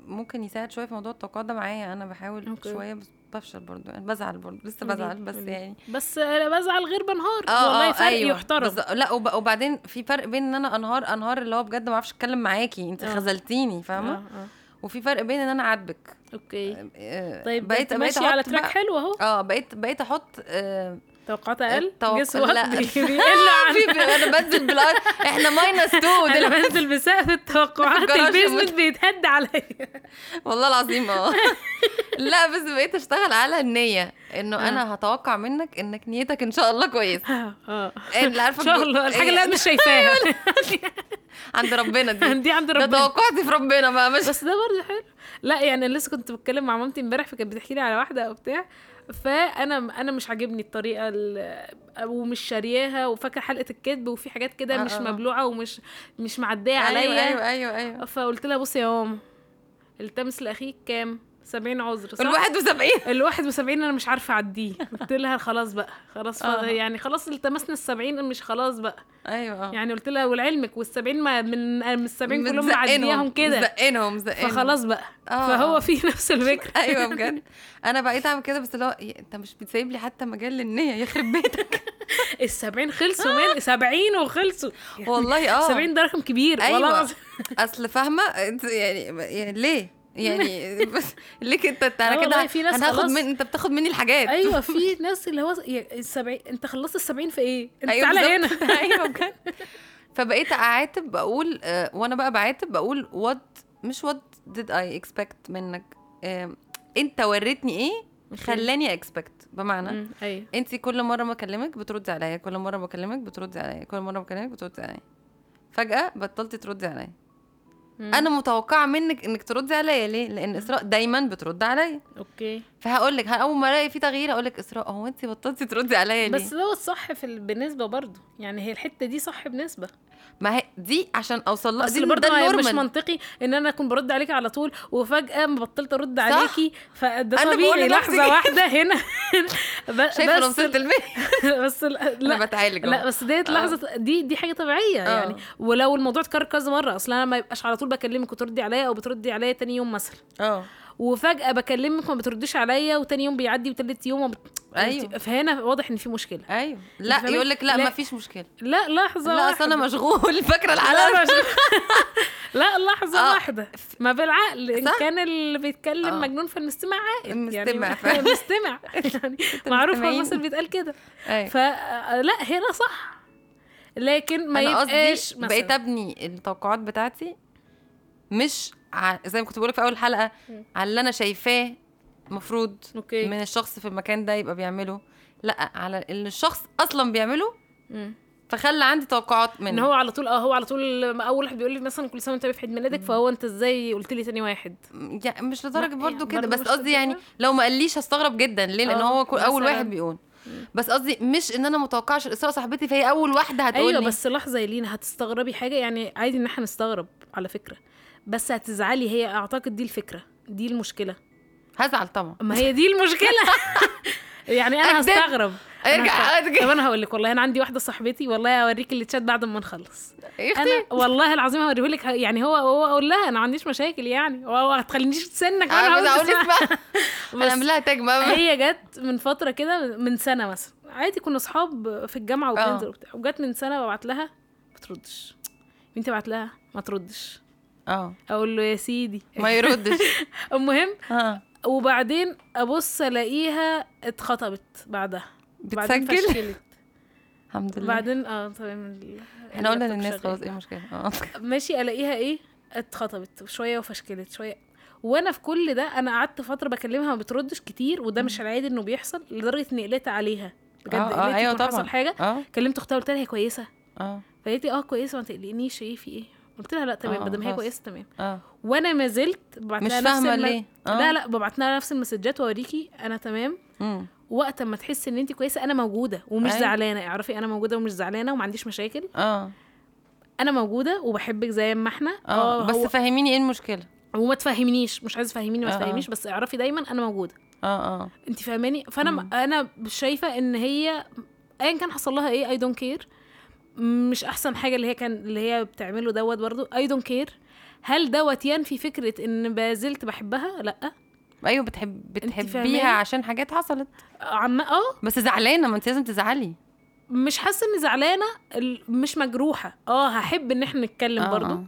Speaker 2: ممكن يساعد شويه في موضوع التوقعات ده معايا انا بحاول
Speaker 1: أوكي.
Speaker 2: شويه بس بفشل برضو يعني بزعل برضو لسه
Speaker 1: قولي-
Speaker 2: بزعل بس
Speaker 1: قولي.
Speaker 2: يعني آه، أيوة.
Speaker 1: بس انا بزعل غير بنهار والله فرق يحترم
Speaker 2: بز... لا وب... وبعدين في فرق بين ان انا انهار انهار اللي هو بجد ما اعرفش اتكلم معاكي انت
Speaker 1: آه.
Speaker 2: خذلتيني فاهمه
Speaker 1: آه، آه.
Speaker 2: وفي فرق بين ان انا اعاتبك
Speaker 1: اوكي
Speaker 2: آه،
Speaker 1: طيب
Speaker 2: بقيت
Speaker 1: بقيت
Speaker 2: بقيت
Speaker 1: ماشي
Speaker 2: احط
Speaker 1: على تراك
Speaker 2: بقى-
Speaker 1: حلو اهو
Speaker 2: اه بقيت بقيت احط آه،
Speaker 1: توقعات اقل
Speaker 2: التوق-
Speaker 1: جس
Speaker 2: لا.
Speaker 1: بيقل عن
Speaker 2: في انا بنزل بالار احنا ماينس 2
Speaker 1: انا
Speaker 2: دلوقتي
Speaker 1: بنزل بسقف التوقعات
Speaker 2: في الجراج
Speaker 1: البيزمنت بيتهد عليا
Speaker 2: والله العظيم اه لا بس بقيت اشتغل على النية انه انا هتوقع منك انك نيتك ان شاء الله كويس
Speaker 1: آه، آه.
Speaker 2: إيه اللي
Speaker 1: ان
Speaker 2: عارفه
Speaker 1: شاء
Speaker 2: بقول-
Speaker 1: الله الحاجه اللي
Speaker 2: إيه،
Speaker 1: انا مش شايفاها
Speaker 2: عند ربنا دي
Speaker 1: دي عند
Speaker 2: ده
Speaker 1: ربنا
Speaker 2: توقعتي في ربنا بقى مش
Speaker 1: بس ده برضه حلو لا يعني أنا لسه كنت بتكلم مع مامتي امبارح فكانت بتحكي لي على واحده وبتاع فانا انا مش عاجبني الطريقه ال- ومش شارياها وفاكره حلقه الكذب وفي حاجات كده
Speaker 2: آه،
Speaker 1: مش
Speaker 2: آه.
Speaker 1: مبلوعه ومش مش معديه
Speaker 2: ايوه
Speaker 1: عليا
Speaker 2: ايوه ايوه ايوه
Speaker 1: فقلت لها بصي يا ماما التمس لاخيك كام 70 عذر صح
Speaker 2: الواحد وسبعين
Speaker 1: ال 71 انا مش عارفه اعديه قلت لها خلاص بقى خلاص
Speaker 2: آه.
Speaker 1: آه. يعني خلاص التمسنا ال 70 مش خلاص بقى
Speaker 2: ايوه اه
Speaker 1: يعني قلت لها ولعلمك وال 70 ما من من ال 70 كلهم
Speaker 2: مزقينهم،
Speaker 1: معدياهم كده
Speaker 2: مزقينهم مزقينهم
Speaker 1: فخلاص بقى
Speaker 2: آه، آه.
Speaker 1: فهو في نفس الفكره
Speaker 2: ايوه بجد انا بقيت اعمل كده بس اللي هو إيه، انت مش بتسيب لي حتى مجال للنيه يخرب بيتك
Speaker 1: ال 70 خلصوا
Speaker 2: آه.
Speaker 1: من 70 وخلصوا
Speaker 2: والله اه
Speaker 1: 70 ده رقم كبير والله
Speaker 2: ايوه
Speaker 1: العظيم.
Speaker 2: اصل فاهمه أنت يعني يعني ليه يعني بس ليه كده انت
Speaker 1: آه
Speaker 2: انا
Speaker 1: والله
Speaker 2: كده
Speaker 1: في ناس
Speaker 2: انا هاخد
Speaker 1: خلاص.
Speaker 2: من انت بتاخد مني الحاجات
Speaker 1: ايوه في ناس اللي هو يا- ال 70 انت خلصت ال 70 في ايه؟ انت
Speaker 2: أيوة
Speaker 1: تعالى هنا
Speaker 2: بالظبط. ايوه بجد فبقيت اعاتب بقول آه، وانا بقى بعاتب بقول وات مش وات ديد اي اكسبكت منك آم، انت وريتني ايه خلاني اكسبكت بمعنى
Speaker 1: مم، ايوه
Speaker 2: انت كل مره ما اكلمك بتردي عليا كل مره بكلمك بتردي عليا كل مره بكلمك بتردي عليا فجاه بطلتي تردي عليا
Speaker 1: مم،
Speaker 2: انا متوقعه منك انك تردي عليا ليه لان اسراء دايما بترد عليا
Speaker 1: اوكي
Speaker 2: فهقول لك اول ما الاقي في تغيير اقول لك اسراء هو انت بطلتي تردي عليا ليه
Speaker 1: بس ده هو الصح في ال- بالنسبه برضه يعني هي الحته دي صح بنسبه
Speaker 2: ما هي دي عشان اوصل لها دي
Speaker 1: اصل
Speaker 2: برضه
Speaker 1: برضه ما- مش
Speaker 2: النورمال
Speaker 1: منطقي ان انا اكون برد عليكي على طول وفجاه ما بطلت ارد
Speaker 2: صح.
Speaker 1: عليكي فده
Speaker 2: أنا بقول
Speaker 1: طبيعي
Speaker 2: لنفسي
Speaker 1: لحظه
Speaker 2: كده.
Speaker 1: واحده هنا ب-
Speaker 2: شايفه انا
Speaker 1: بس
Speaker 2: وصلت البيت
Speaker 1: بس ال- لا
Speaker 2: انا بتعالج
Speaker 1: لا
Speaker 2: لا
Speaker 1: بس ديت
Speaker 2: آه.
Speaker 1: لحظه دي دي حاجه طبيعيه
Speaker 2: آه.
Speaker 1: يعني ولو الموضوع اتكرر كذا مره اصل انا ما يبقاش على طول بكلمك وتردي عليا او بتردي عليا تاني يوم مثلا
Speaker 2: اه
Speaker 1: وفجاه بكلمك ما بترديش عليا وتاني يوم بيعدي وتالت يوم وبت...
Speaker 2: ايوه
Speaker 1: فهنا واضح ان في مشكله
Speaker 2: ايوه لا
Speaker 1: فاهمة؟
Speaker 2: يقول لك لا
Speaker 1: لا.
Speaker 2: ما فيش مشكله
Speaker 1: لا لحظه
Speaker 2: لا اصل
Speaker 1: واحدة.
Speaker 2: انا مشغول فاكره
Speaker 1: لا
Speaker 2: الحلقه
Speaker 1: مش- لا لحظه
Speaker 2: آه.
Speaker 1: واحده ما بالعقل ان
Speaker 2: صح.
Speaker 1: كان اللي بيتكلم
Speaker 2: آه.
Speaker 1: مجنون فالمستمع عاقل
Speaker 2: المستمع،
Speaker 1: يعني
Speaker 2: فاهم.
Speaker 1: مستمع يعني معروف هو
Speaker 2: المستمعين.
Speaker 1: مثلا بيتقال كده
Speaker 2: أيوة.
Speaker 1: فلا هنا صح لكن ما
Speaker 2: انا
Speaker 1: يبقاش
Speaker 2: قصدي
Speaker 1: مثلا
Speaker 2: بقيت ابني التوقعات بتاعتي مش ع... زي ما كنت بقولك في اول حلقه
Speaker 1: مم.
Speaker 2: على اللي انا شايفاه المفروض
Speaker 1: اوكي
Speaker 2: من الشخص في المكان ده يبقى بيعمله لا على اللي الشخص اصلا بيعمله
Speaker 1: مم.
Speaker 2: فخلى عندي توقعات
Speaker 1: ان
Speaker 2: منه
Speaker 1: هو على طول اه هو على طول ما اول واحد بيقول لي مثلا كل سنه وانت بخير عيد ميلادك فهو انت ازاي قلت لي تاني واحد
Speaker 2: يعني مش لدرجه
Speaker 1: لا،
Speaker 2: برضو
Speaker 1: يعني
Speaker 2: كده
Speaker 1: برضو
Speaker 2: بس
Speaker 1: مش
Speaker 2: قصدي يعني
Speaker 1: للدرجة.
Speaker 2: لو ما قاليش هستغرب جدا ليه لان
Speaker 1: آه،
Speaker 2: هو كل اول
Speaker 1: مثلاً.
Speaker 2: واحد بيقول بس قصدي مش ان انا متوقعش الاسراء صاحبتي فهي اول واحده هتقول
Speaker 1: ايوه بس لحظه يا لينا هتستغربي حاجه يعني عادي ان احنا نستغرب على فكره بس هتزعلي هي اعتقد دي الفكره دي المشكله
Speaker 2: هزعل طبعا
Speaker 1: ما هي دي المشكله يعني انا
Speaker 2: أكدب.
Speaker 1: هستغرب أنا
Speaker 2: ارجع
Speaker 1: هستغرب.
Speaker 2: ارجع
Speaker 1: طب انا هقول لك والله انا عندي واحده صاحبتي والله هوريك اللي تشات بعد ما نخلص
Speaker 2: يا
Speaker 1: انا
Speaker 2: اختي
Speaker 1: والله العظيم هوريهولك يعني هو هو اقول لها انا ما عنديش مشاكل يعني هو ما تخلينيش تسنك
Speaker 2: انا
Speaker 1: وانا
Speaker 2: مش
Speaker 1: هقول لك
Speaker 2: هقول
Speaker 1: أيوة.
Speaker 2: اسمها انا اعمل لها تاج ماما
Speaker 1: هي جت من فتره كده من سنه مثلا عادي كنا اصحاب في الجامعه
Speaker 2: آه.
Speaker 1: وبننزل وبتاع وجت من سنه ببعت لها ما بتردش بنتي بعت لها ما تردش
Speaker 2: اه
Speaker 1: اقول له يا سيدي
Speaker 2: ما يردش آه،
Speaker 1: المهم
Speaker 2: ها
Speaker 1: وبعدين ابص الاقيها اتخطبت بعدها بعدين
Speaker 2: بتسجل
Speaker 1: فشلت
Speaker 2: الحمد لله
Speaker 1: بعدين اه تمام ال-
Speaker 2: احنا قلنا
Speaker 1: اللابتوب شغال.
Speaker 2: للناس خلاص ايه المشكله اه
Speaker 1: ماشي الاقيها ايه اتخطبت شويه وفشكلت شويه وانا في كل ده انا قعدت فتره بكلمها ما بتردش كتير وده مش العادي انه بيحصل لدرجه اني قلقت عليها بجد
Speaker 2: آه، آه،
Speaker 1: قلقت
Speaker 2: أيوة
Speaker 1: يكون
Speaker 2: طبعاً.
Speaker 1: حصل حاجه
Speaker 2: اه
Speaker 1: كلمت اختها قلت لها هي كويسه
Speaker 2: اه
Speaker 1: فقالت لي اه كويسه ما تقلقنيش ايه في ايه قلت لها لا تمام
Speaker 2: آه،
Speaker 1: ما دام هي
Speaker 2: خلاص.
Speaker 1: كويسه تمام
Speaker 2: اه
Speaker 1: وانا ما زلت ببعت
Speaker 2: مش
Speaker 1: لها نفس
Speaker 2: فاهمه
Speaker 1: الم-
Speaker 2: ليه آه.
Speaker 1: لا لا ببعت لها نفس المسجات واوريكي انا تمام
Speaker 2: مم.
Speaker 1: وقت ما تحس ان انت كويسه انا موجوده ومش
Speaker 2: أيوة.
Speaker 1: زعلانه اعرفي انا موجوده ومش زعلانه وما عنديش مشاكل
Speaker 2: اه
Speaker 1: انا موجوده وبحبك زي ما احنا
Speaker 2: اه
Speaker 1: آه، هو-
Speaker 2: بس فهميني ايه المشكله
Speaker 1: وما تفهمنيش مش عايز تفهميني
Speaker 2: آه، آه.
Speaker 1: ما تفهميش بس اعرفي دايما انا موجوده
Speaker 2: اه اه
Speaker 1: انت فاهماني فانا
Speaker 2: مم.
Speaker 1: انا شايفه ان هي ايا كان حصل لها ايه اي دونت كير مش احسن حاجه اللي هي كان اللي هي بتعمله دوت برضو اي دونت كير هل دوت ينفي فكره ان بازلت بحبها لا
Speaker 2: ايوه بتحب
Speaker 1: فاهماني؟
Speaker 2: بتحبيها عشان حاجات حصلت
Speaker 1: عم اه
Speaker 2: بس زعلانه ما انت لازم تزعلي
Speaker 1: مش حاسه اني زعلانه ال- مش مجروحه اه هحب ان احنا نتكلم
Speaker 2: آه،
Speaker 1: برضو
Speaker 2: آه.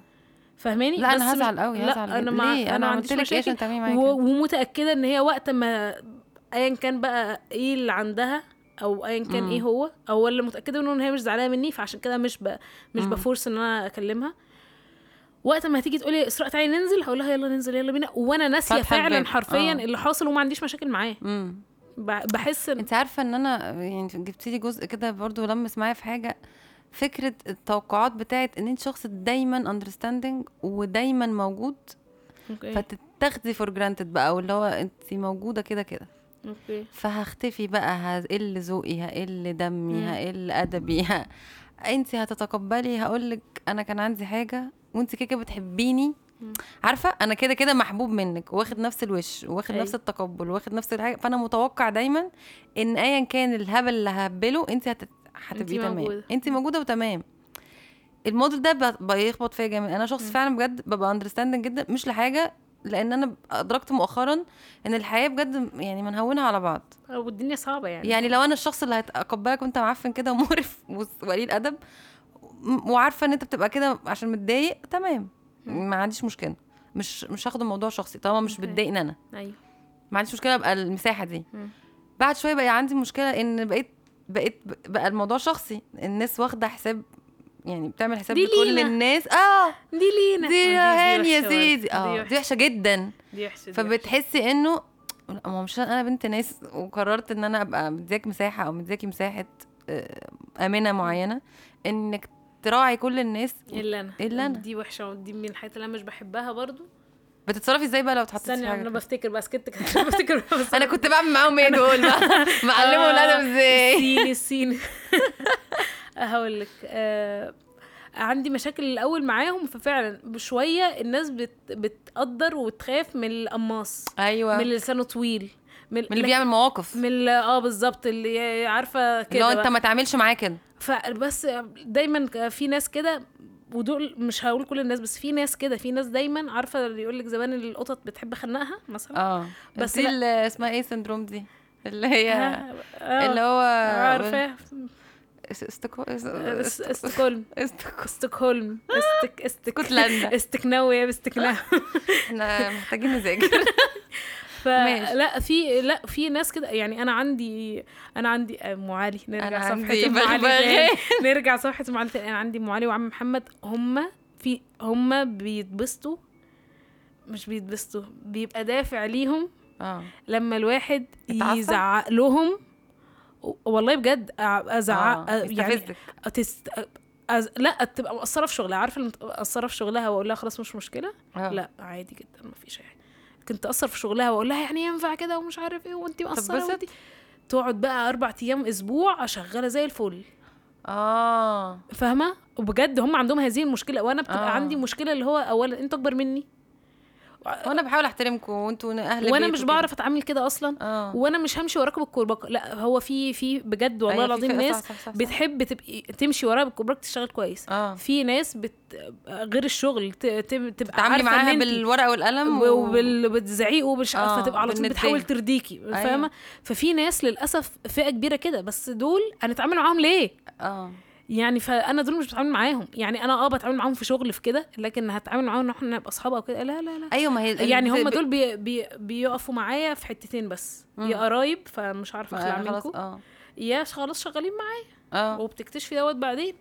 Speaker 1: فاهماني
Speaker 2: لا
Speaker 1: بس
Speaker 2: انا
Speaker 1: مش-
Speaker 2: هزعل قوي هزعل
Speaker 1: لا انا
Speaker 2: جدا.
Speaker 1: مع...
Speaker 2: ليه؟
Speaker 1: انا,
Speaker 2: انا
Speaker 1: ما
Speaker 2: عملت
Speaker 1: عنديش
Speaker 2: لك ايه
Speaker 1: مشاكل
Speaker 2: عشان تعملي معايا
Speaker 1: و...
Speaker 2: كده؟
Speaker 1: ومتاكده ان هي وقت ما ايا كان بقى ايه اللي عندها او ايا كان
Speaker 2: مم.
Speaker 1: ايه هو او اللي متاكده منه ان هي مش زعلانه مني فعشان كده مش ب... مش
Speaker 2: مم.
Speaker 1: بفورس ان انا اكلمها وقت ما هتيجي تقولي اسراء تعالي ننزل هقول لها يلا ننزل يلا بينا وانا ناسيه
Speaker 2: فاتحة
Speaker 1: فعلا
Speaker 2: الباب.
Speaker 1: حرفيا
Speaker 2: آه.
Speaker 1: اللي حاصل وما عنديش مشاكل معاه
Speaker 2: امم
Speaker 1: ب- بحس ان
Speaker 2: انت عارفه ان انا يعني جبت لي جزء كده برضو لمس معايا في حاجه فكره التوقعات بتاعت ان انت شخص دايما اندرستاندينج ودايما موجود
Speaker 1: إيه؟ اوكي
Speaker 2: فتتاخدي فور جرانتد بقى واللي هو انت موجوده كده كده
Speaker 1: اوكي
Speaker 2: فهختفي بقى هقل ذوقي هقل دمي
Speaker 1: مم.
Speaker 2: هقل ادبي ه... انت هتتقبلي هقولك انا كان عندي حاجه وانت كده كده بتحبيني
Speaker 1: مم.
Speaker 2: عارفه انا كده كده محبوب منك واخد نفس الوش واخد
Speaker 1: أي.
Speaker 2: نفس التقبل واخد نفس الحاجه فانا متوقع دايما ان ايا كان الهبل اللي هبله انت هت... هتبقي
Speaker 1: إنتي
Speaker 2: تمام
Speaker 1: موجودة.
Speaker 2: انت موجوده وتمام الموديل ده ب- بيخبط فيا جامد انا شخص
Speaker 1: مم.
Speaker 2: فعلا بجد ببقى اندرستاندنج جدا مش لحاجه لان انا ادركت مؤخرا ان الحياه بجد يعني منهونها على بعض
Speaker 1: والدنيا صعبه يعني
Speaker 2: يعني لو انا الشخص اللي هتقبلك وانت معفن كده ومقرف وس- وقليل ادب م- وعارفه ان انت بتبقى كده عشان متضايق تمام
Speaker 1: مم.
Speaker 2: ما عنديش مشكله مش مش هاخد الموضوع شخصي طالما مش
Speaker 1: أوكي.
Speaker 2: بتضايقني انا
Speaker 1: ايوه
Speaker 2: ما عنديش مشكله ابقى المساحه دي
Speaker 1: مم.
Speaker 2: بعد شويه بقى عندي مشكله ان بقيت بقيت ب- بقى الموضوع شخصي الناس واخده حساب يعني بتعمل حساب
Speaker 1: دي
Speaker 2: لكل
Speaker 1: لينا.
Speaker 2: الناس اه
Speaker 1: دي لينا
Speaker 2: دي هاني يا
Speaker 1: وحشة برضه.
Speaker 2: سيدي اه
Speaker 1: دي
Speaker 2: دي
Speaker 1: وحشة-
Speaker 2: وحشه جدا
Speaker 1: دي وحشه دي وحشة.
Speaker 2: فبتحسي انه لا، ما هو مش عشان انا بنت ناس وقررت ان انا ابقى مدياك مساحه او مدياكي مساحه آه، امانه معينه انك تراعي كل الناس
Speaker 1: الا انا
Speaker 2: إلا أنا.
Speaker 1: دي وحشه ودي من الحاجات اللي انا مش بحبها برضو
Speaker 2: بتتصرفي ازاي بقى لو اتحطيتي في
Speaker 1: استني انا
Speaker 2: حاجه
Speaker 1: بفتكر بقى سكتك آه، أنا بفتكر بس
Speaker 2: انا كنت بعمل معاهم ايه دول بقى؟ بعلمهم الادب ازاي
Speaker 1: الصيني الصيني هقول لك آه عندي مشاكل الاول معاهم ففعلا بشويه الناس بت بتقدر وتخاف من القماص
Speaker 2: ايوه
Speaker 1: من
Speaker 2: من
Speaker 1: اللي لسانه طويل من
Speaker 2: اللي بيعمل مواقف
Speaker 1: من اللي- اه بالظبط اللي عارفه
Speaker 2: لو
Speaker 1: كده
Speaker 2: انت
Speaker 1: بقى.
Speaker 2: ما تعملش معاه كده
Speaker 1: فبس دايما في ناس كده ودول مش هقول كل الناس بس في ناس كده في ناس دايما عارفه اللي يقول لك زمان القطط بتحب خنقها مثلا
Speaker 2: اه
Speaker 1: آه. بس
Speaker 2: بس دي
Speaker 1: لا.
Speaker 2: اللي اسمها ايه سندروم دي اللي هي
Speaker 1: آه، آه،
Speaker 2: اللي هو
Speaker 1: عارفه
Speaker 2: است- استكو-
Speaker 1: آه، است-
Speaker 2: است-
Speaker 1: استوكهولم
Speaker 2: است-
Speaker 1: استوكهولم استك استك
Speaker 2: اسكتلندا.
Speaker 1: استكناوي يا استكناوي
Speaker 2: احنا محتاجين نذاكر ماشي.
Speaker 1: فلا في لا في ناس كده يعني انا عندي انا عندي ام علي
Speaker 2: أنا
Speaker 1: نرجع صفحه
Speaker 2: عندي
Speaker 1: ام علي
Speaker 2: بغبغان.
Speaker 1: تاني. نرجع صفحه ام علي تاني. انا عندي ام علي وعم محمد هم في هم بيتبسطوا مش بيتبسطوا بيبقى دافع ليهم
Speaker 2: اه
Speaker 1: لما الواحد
Speaker 2: اتعصب؟
Speaker 1: يزعق لهم و- والله بجد أع- ازعق
Speaker 2: آه،
Speaker 1: يعني
Speaker 2: يستفزك.
Speaker 1: أتست... أز... لا تبقى مقصره في شغلها عارفه اللي مت- مقصره في شغلها واقول لها خلاص مش مشكله
Speaker 2: آه.
Speaker 1: لا عادي جدا ما فيش اي حاجه كنت اقصر في شغلها واقول لها يعني ينفع كده ومش عارف ايه وانت مقصره
Speaker 2: بسط؟
Speaker 1: وانت تقعد بقى اربع ايام اسبوع شغاله زي الفل
Speaker 2: اه
Speaker 1: فاهمه وبجد هم عندهم هذه المشكله وانا بتبقى
Speaker 2: آه.
Speaker 1: عندي مشكله اللي هو اولا انت اكبر مني
Speaker 2: وانا بحاول احترمكم وانتوا اهل
Speaker 1: وانا
Speaker 2: بيت
Speaker 1: مش
Speaker 2: وكده.
Speaker 1: بعرف اتعامل كده اصلا
Speaker 2: اه
Speaker 1: وانا مش همشي وراك بالكرباج لا هو في في بجد والله
Speaker 2: أيوة، في
Speaker 1: العظيم
Speaker 2: فئة- صح-
Speaker 1: ناس
Speaker 2: صح- صح- صح.
Speaker 1: بتحب تبقي تمشي وراها بالكرباج تشتغل كويس
Speaker 2: اه
Speaker 1: في ناس بت... غير الشغل ت... ت... تبقى
Speaker 2: تعاملي
Speaker 1: عارفه إن
Speaker 2: معاها
Speaker 1: انت-
Speaker 2: بالورقه والقلم
Speaker 1: و- وبال... وبالزعيق وبالش...
Speaker 2: آه،
Speaker 1: فتبقى على طول
Speaker 2: بالنداهة.
Speaker 1: بتحاول ترضيكي فاهمه
Speaker 2: أيوة.
Speaker 1: ففي ناس للاسف فئه كبيره كده بس دول هنتعامل معاهم ليه
Speaker 2: اه
Speaker 1: يعني فانا دول مش بتعامل معاهم يعني انا اه بتعامل معاهم في شغل في كده لكن هتعامل معاهم ان احنا نبقى اصحاب او كده لا لا لا
Speaker 2: ايوه ما هي
Speaker 1: يعني هم دول بي... بي... بيقفوا معايا في حتتين بس
Speaker 2: مم.
Speaker 1: يا قرايب فمش عارفه اخلع
Speaker 2: آه، خلاص
Speaker 1: منكم
Speaker 2: اه
Speaker 1: يا خلاص شغالين معايا
Speaker 2: اه
Speaker 1: وبتكتشفي دوت بعدين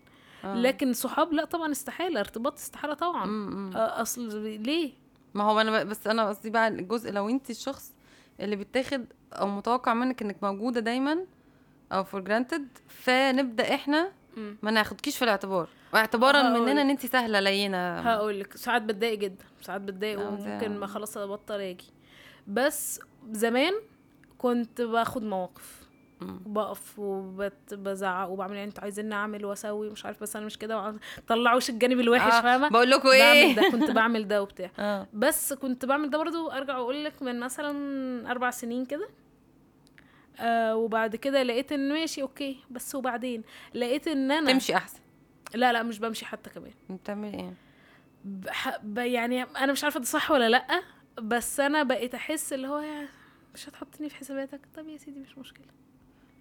Speaker 2: آه.
Speaker 1: لكن صحاب لا طبعا استحاله ارتباط استحاله طبعا
Speaker 2: أم، أم.
Speaker 1: آه، اصل ليه
Speaker 2: ما هو انا ب- بس انا قصدي بقى الجزء لو انت الشخص اللي بيتاخد او متوقع منك انك موجوده دايما او فور جرانتد فنبدا احنا ما ناخدكيش في الاعتبار واعتبارا
Speaker 1: هقول.
Speaker 2: مننا ان انت سهله لينه
Speaker 1: هقول لك ساعات بتضايق جدا ساعات بتضايق
Speaker 2: آه، ده-
Speaker 1: وممكن ما خلاص ابطل اجي بس زمان كنت باخد مواقف
Speaker 2: أم.
Speaker 1: بقف وبزعق وبعمل يعني انتوا عايزيني اعمل واسوي مش عارف بس انا مش كده وعم- طلعوش الجانب الوحش
Speaker 2: آه،
Speaker 1: فاهمه
Speaker 2: بقول لكم
Speaker 1: بعمل
Speaker 2: ايه
Speaker 1: ده كنت بعمل ده وبتاع
Speaker 2: اه
Speaker 1: بس كنت بعمل ده برضو ارجع اقول لك من مثلا اربع سنين كده آه وبعد كده لقيت ان ماشي اوكي بس وبعدين لقيت ان انا
Speaker 2: تمشي احسن
Speaker 1: لا لا مش بمشي حتى كمان
Speaker 2: بتعملي ايه
Speaker 1: بح- ب- يعني انا مش عارفه ده صح ولا لا بس انا بقيت احس اللي هو يعني مش هتحطني في حساباتك طب يا سيدي مش مشكله